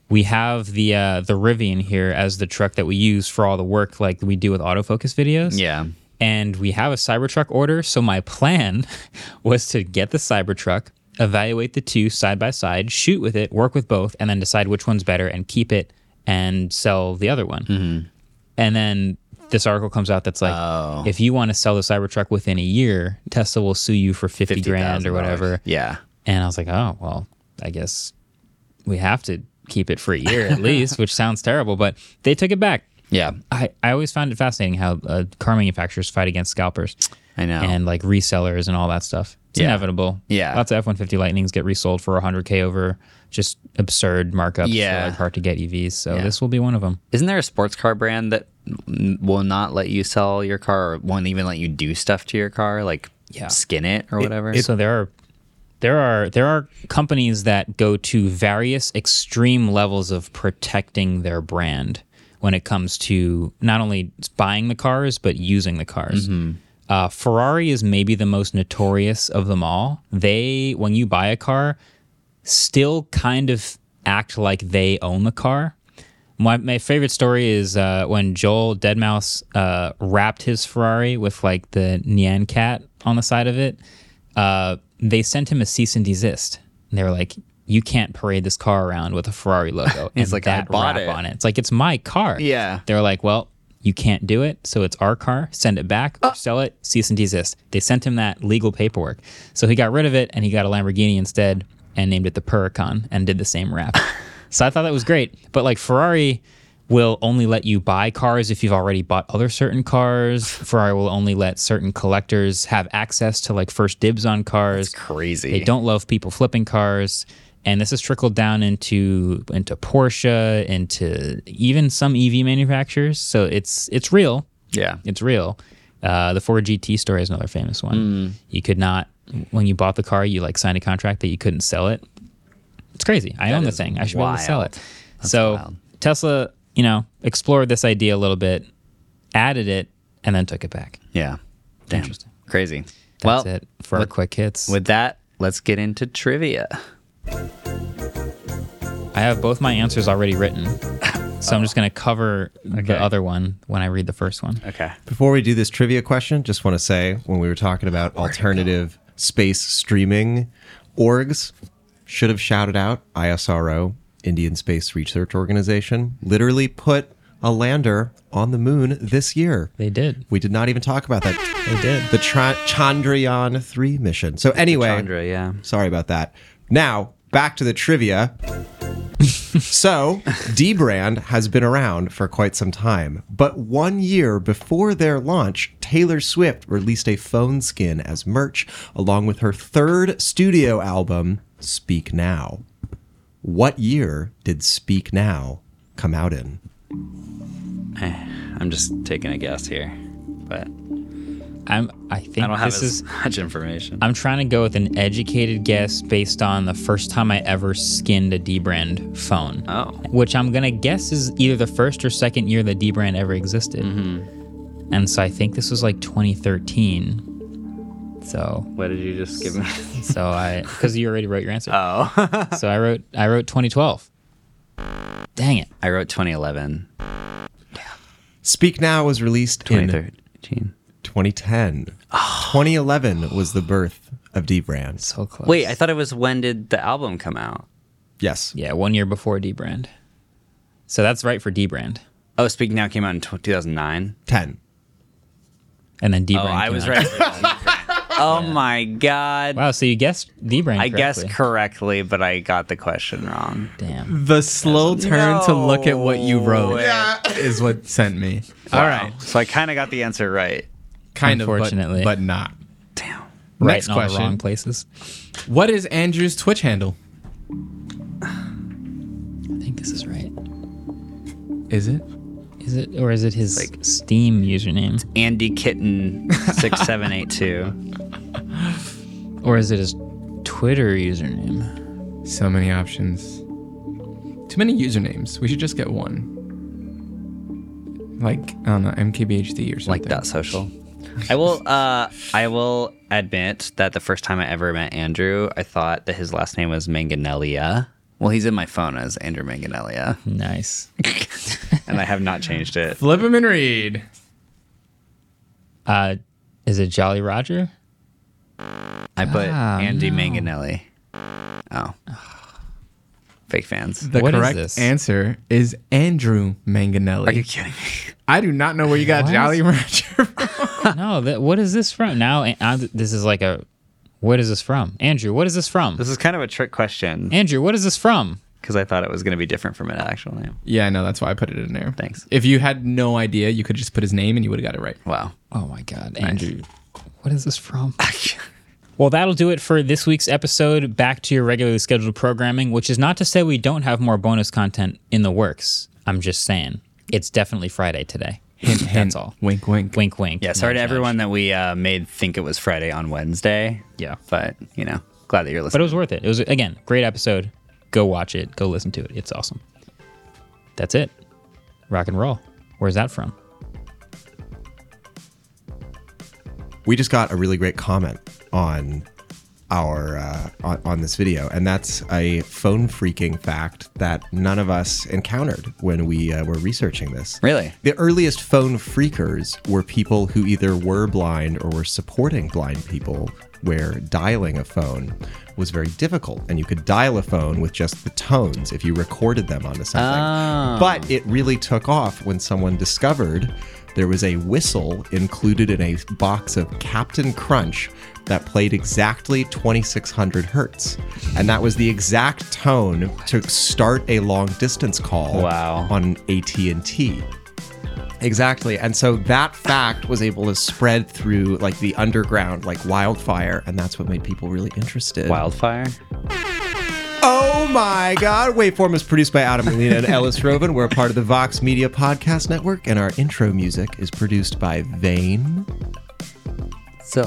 Speaker 1: we have the uh, the Rivian here as the truck that we use for all the work like we do with autofocus videos.
Speaker 3: yeah.
Speaker 1: and we have a Cybertruck order. So my plan <laughs> was to get the Cybertruck, evaluate the two side by side, shoot with it, work with both, and then decide which one's better and keep it and sell the other one. And then this article comes out that's like, if you want to sell the Cybertruck within a year, Tesla will sue you for 50 grand or
Speaker 3: $50,000.
Speaker 1: whatever.
Speaker 3: Yeah.
Speaker 1: And I was like, oh, well, I guess we have to keep it for a year at least, which sounds terrible, but they took it back.
Speaker 3: Yeah.
Speaker 1: I, I always found it fascinating how uh, car manufacturers fight against scalpers
Speaker 3: I know.
Speaker 1: and like resellers and all that stuff. It's
Speaker 3: Yeah.
Speaker 1: inevitable.
Speaker 3: Yeah.
Speaker 1: Lots of F 150 Lightnings get resold for 100K over just absurd markups.
Speaker 3: Yeah.
Speaker 1: For like hard to get EVs. So this will be one of them.
Speaker 3: Isn't there a sports car brand that n- will not let you sell your car or won't even let you do stuff to your car, like
Speaker 1: Yeah.
Speaker 3: skin it or whatever?
Speaker 1: so there are there are there are companies that go to various extreme levels of protecting their brand when it comes to not only buying the cars but using the cars. Uh, Ferrari is maybe the most notorious of them all. They, when you buy a car, still kind of act like they own the car. My, my favorite story is uh, when Joel Deadmau5 uh, wrapped his Ferrari with like the Nyan cat on the side of it. Uh, they sent him a cease and desist. And they were like, "You can't parade this car around with a Ferrari
Speaker 3: <laughs>
Speaker 1: logo and
Speaker 3: like, "I
Speaker 1: that
Speaker 3: bought
Speaker 1: wrap
Speaker 3: it."
Speaker 1: on it." It's like it's my car.
Speaker 3: Yeah.
Speaker 1: They're like, "Well." You can't do it, so it's our car. Send it back, or sell it, cease and desist. They sent him that legal paperwork, so he got rid of it and he got a Lamborghini instead, and named it the Puricon, and did the same wrap. So I thought that was great. But like Ferrari will only let you buy cars if you've already bought other certain cars. Ferrari will only let certain collectors have access to like first dibs on cars.
Speaker 3: crazy.
Speaker 1: They don't love people flipping cars. And this has trickled down into into Porsche, into even some EV manufacturers. So it's it's real.
Speaker 3: yeah.
Speaker 1: It's real. Uh, the Ford GT story is another famous one.
Speaker 3: Mm.
Speaker 1: You could not, when you bought the car, you like signed a contract that you couldn't sell it. It's crazy. I own the thing. I should be able to sell
Speaker 3: wild.
Speaker 1: it. so
Speaker 3: wild.
Speaker 1: Tesla, you know, explored this idea a little bit, added it, and then took it back.
Speaker 3: Yeah. Damn.
Speaker 1: Interesting.
Speaker 3: Crazy.
Speaker 1: That's
Speaker 3: well,
Speaker 1: it for our
Speaker 3: with,
Speaker 1: quick hits.
Speaker 3: with that, let's get into trivia.
Speaker 1: I have both my answers already written. So I'm just going to cover
Speaker 3: Okay.
Speaker 1: the other one when I read the first one.
Speaker 3: Okay.
Speaker 4: Before we do this trivia question, just want to say when we were talking about alternative space streaming orgs, should have shouted out ISRO, Indian Space Research Organization, literally put a lander on the moon this year.
Speaker 1: They did.
Speaker 4: We did not even talk about that.
Speaker 1: They did.
Speaker 4: The tra- Chandrayaan 3 mission. So, anyway,
Speaker 3: Chandra, yeah.
Speaker 4: sorry about that. Now, back to
Speaker 1: <laughs>
Speaker 4: the trivia. So, Dbrand has been around for quite some time, but one year before their launch, Taylor Swift released a phone skin as merch along with her third studio album, Speak Now. What year did Speak Now come out in?
Speaker 3: I'm just taking a guess here, but
Speaker 1: I'm, I think
Speaker 3: I don't have
Speaker 1: this
Speaker 3: as
Speaker 1: is
Speaker 3: much information.
Speaker 1: I'm trying to go with an educated guess based on the first time I ever skinned a D-brand phone.
Speaker 3: Oh.
Speaker 1: Which I'm going to guess is either the first or second year that D-brand ever existed.
Speaker 3: Mm-hmm.
Speaker 1: And so I think this was like 2013. So,
Speaker 3: what did you just give me?
Speaker 1: so I
Speaker 3: <laughs>
Speaker 1: cuz you already wrote your answer. Oh. so I wrote I wrote 2012. Dang it.
Speaker 3: I wrote 2011,
Speaker 4: Speak Now was released in
Speaker 3: 2013.
Speaker 4: 2010. 2011 was the birth of Dbrand.
Speaker 1: Oh. So close.
Speaker 3: Wait, I thought it was when did the album come out?
Speaker 4: Yes.
Speaker 1: yeah, 1 year before D-brand. So that's right for D-brand.
Speaker 3: Oh, Speak Now came out in tw 2009.
Speaker 4: 10.
Speaker 1: And then D-brand.
Speaker 3: Oh, I
Speaker 1: came
Speaker 3: was
Speaker 1: out.
Speaker 3: right. <laughs> oh my god.
Speaker 1: Wow, so you guessed D-brand
Speaker 3: I guessed
Speaker 1: correctly.
Speaker 3: correctly, but I got the question wrong.
Speaker 1: Damn.
Speaker 2: The slow turn to look at what you wrote <laughs> is what sent me. All right.
Speaker 3: So I kind of got the answer right.
Speaker 2: Kind of, but,
Speaker 1: Unfortunately.
Speaker 2: but not.
Speaker 3: Damn.
Speaker 1: right
Speaker 2: Next
Speaker 1: in all
Speaker 2: question.
Speaker 1: the wrong places.
Speaker 2: What is Andrew's Twitch handle?
Speaker 1: I think this is right.
Speaker 2: Is it?
Speaker 1: Is it or is it his like Steam username
Speaker 3: Andy Kitten <laughs> 6782.
Speaker 1: or is it his Twitter username?
Speaker 2: So many options. Too many usernames. We should just get one. Like, I don't know, MKBHD or something.
Speaker 3: like dot social. I will uh I will admit that the first time I ever met Andrew, I thought that his last name was Manganelia. Well, he's in my phone as Andrew <laughs> Manganelia,
Speaker 1: Nice.
Speaker 3: and I have not changed it.
Speaker 2: Flip him and read.
Speaker 1: Uh, is it Jolly Roger?
Speaker 3: I put Andy Manganelli. Oh. Fake fans.
Speaker 2: The
Speaker 1: What is
Speaker 2: correct
Speaker 1: this?
Speaker 2: answer is Andrew Manganelli.
Speaker 3: Are you kidding me? <laughs>
Speaker 2: I do not know where you got
Speaker 1: What?
Speaker 2: Jolly
Speaker 1: <laughs>
Speaker 2: Roger from.
Speaker 1: no, that, what is this from? Now, uh, uh, this is like a. What is this from? Andrew, what is this from?
Speaker 3: This is kind of a trick question
Speaker 1: Andrew, what is this from?
Speaker 3: because I thought it was going to be different from an actual name.
Speaker 2: Yeah, I know. That's why I put it in there.
Speaker 3: Thanks.
Speaker 2: If you had no idea, you could just put his name and you would have got it right.
Speaker 3: Wow.
Speaker 1: Oh my God, Andrew. What is this from? <laughs> well, that'll do it for this week's episode. Back to your regularly scheduled programming, which is not to say we don't have more bonus content in the works. I'm just saying it's definitely Friday <laughs> today.
Speaker 2: Hint,
Speaker 1: That's
Speaker 2: hint.
Speaker 1: all.
Speaker 2: Wink, wink.
Speaker 1: Wink, wink.
Speaker 3: Yeah, sorry
Speaker 1: nudge,
Speaker 3: to
Speaker 1: nudge.
Speaker 3: everyone that we uh, made think it was Friday on Wednesday.
Speaker 1: Yeah.
Speaker 3: But, you know, glad that you're
Speaker 1: But it
Speaker 3: listening.
Speaker 1: was worth it. It was again great episode. Go watch it. Go listen to it. It's awesome. That's it. Rock and roll. Where's that from?
Speaker 4: we just got a really great comment on our uh, on, on this video, and that's a phone freaking fact that none of us encountered when we uh, were researching this.
Speaker 3: Really?
Speaker 4: The earliest phone freakers were people who either were blind or were supporting blind people, where dialing a phone was very difficult, and you could dial a phone with just the tones if you recorded them onto something. But it really took off when someone discovered there was a whistle included in a box of Captain Crunch that played exactly 2600 hertz. And that was the exact tone to start a long distance call
Speaker 3: Wow.
Speaker 4: on AT&T. Exactly. And so that fact was able to spread through like the underground like wildfire and that's what made people really interested.
Speaker 3: Wildfire?
Speaker 4: Oh my God. Waveform is produced by Adam Molina and Ellis Roven. We're a part of the Vox Media Podcast Network, and our intro music is produced by Vane.
Speaker 3: So.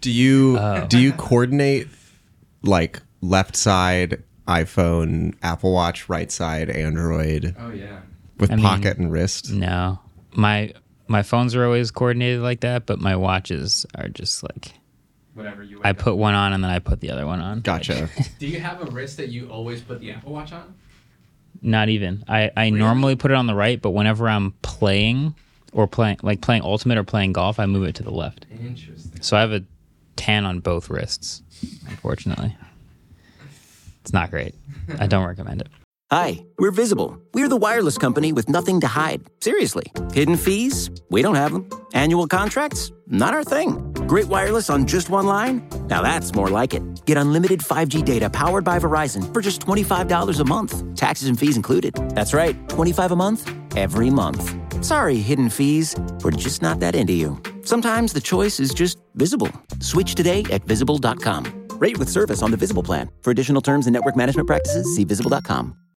Speaker 4: Do you do you coordinate like left side iPhone, Apple Watch, right side Android
Speaker 2: Oh, yeah.
Speaker 4: with
Speaker 1: mean- Mm.
Speaker 4: pocket and wrist?
Speaker 1: No, my my phones are always coordinated like that, but my watches are just like
Speaker 2: Whatever you
Speaker 1: I put one on and then I put the other one on.
Speaker 4: Gotcha.
Speaker 2: Do you have a wrist that you always put the Apple Watch on?
Speaker 1: Not even. I, I normally put it on the right, but whenever I'm playing or playing like playing ultimate or playing golf, I move it to the left.
Speaker 2: Interesting.
Speaker 1: So I have a tan on both wrists, unfortunately. It's not great. I don't recommend it.
Speaker 8: Hi, we're Visible. We're the wireless company with nothing to hide. Seriously. Hidden fees? We don't have them. Annual contracts? Not our thing. Great wireless on just one line? Now that's more like it. Get unlimited 5G data powered by Verizon for just $25 a month, taxes and fees included. That's right, 25 a month every month. Sorry, hidden fees. We're just not that into you. Sometimes the choice is just visible. Switch today at visible.com. Rate with service on the Visible plan. For additional terms and network management practices, see visible.com.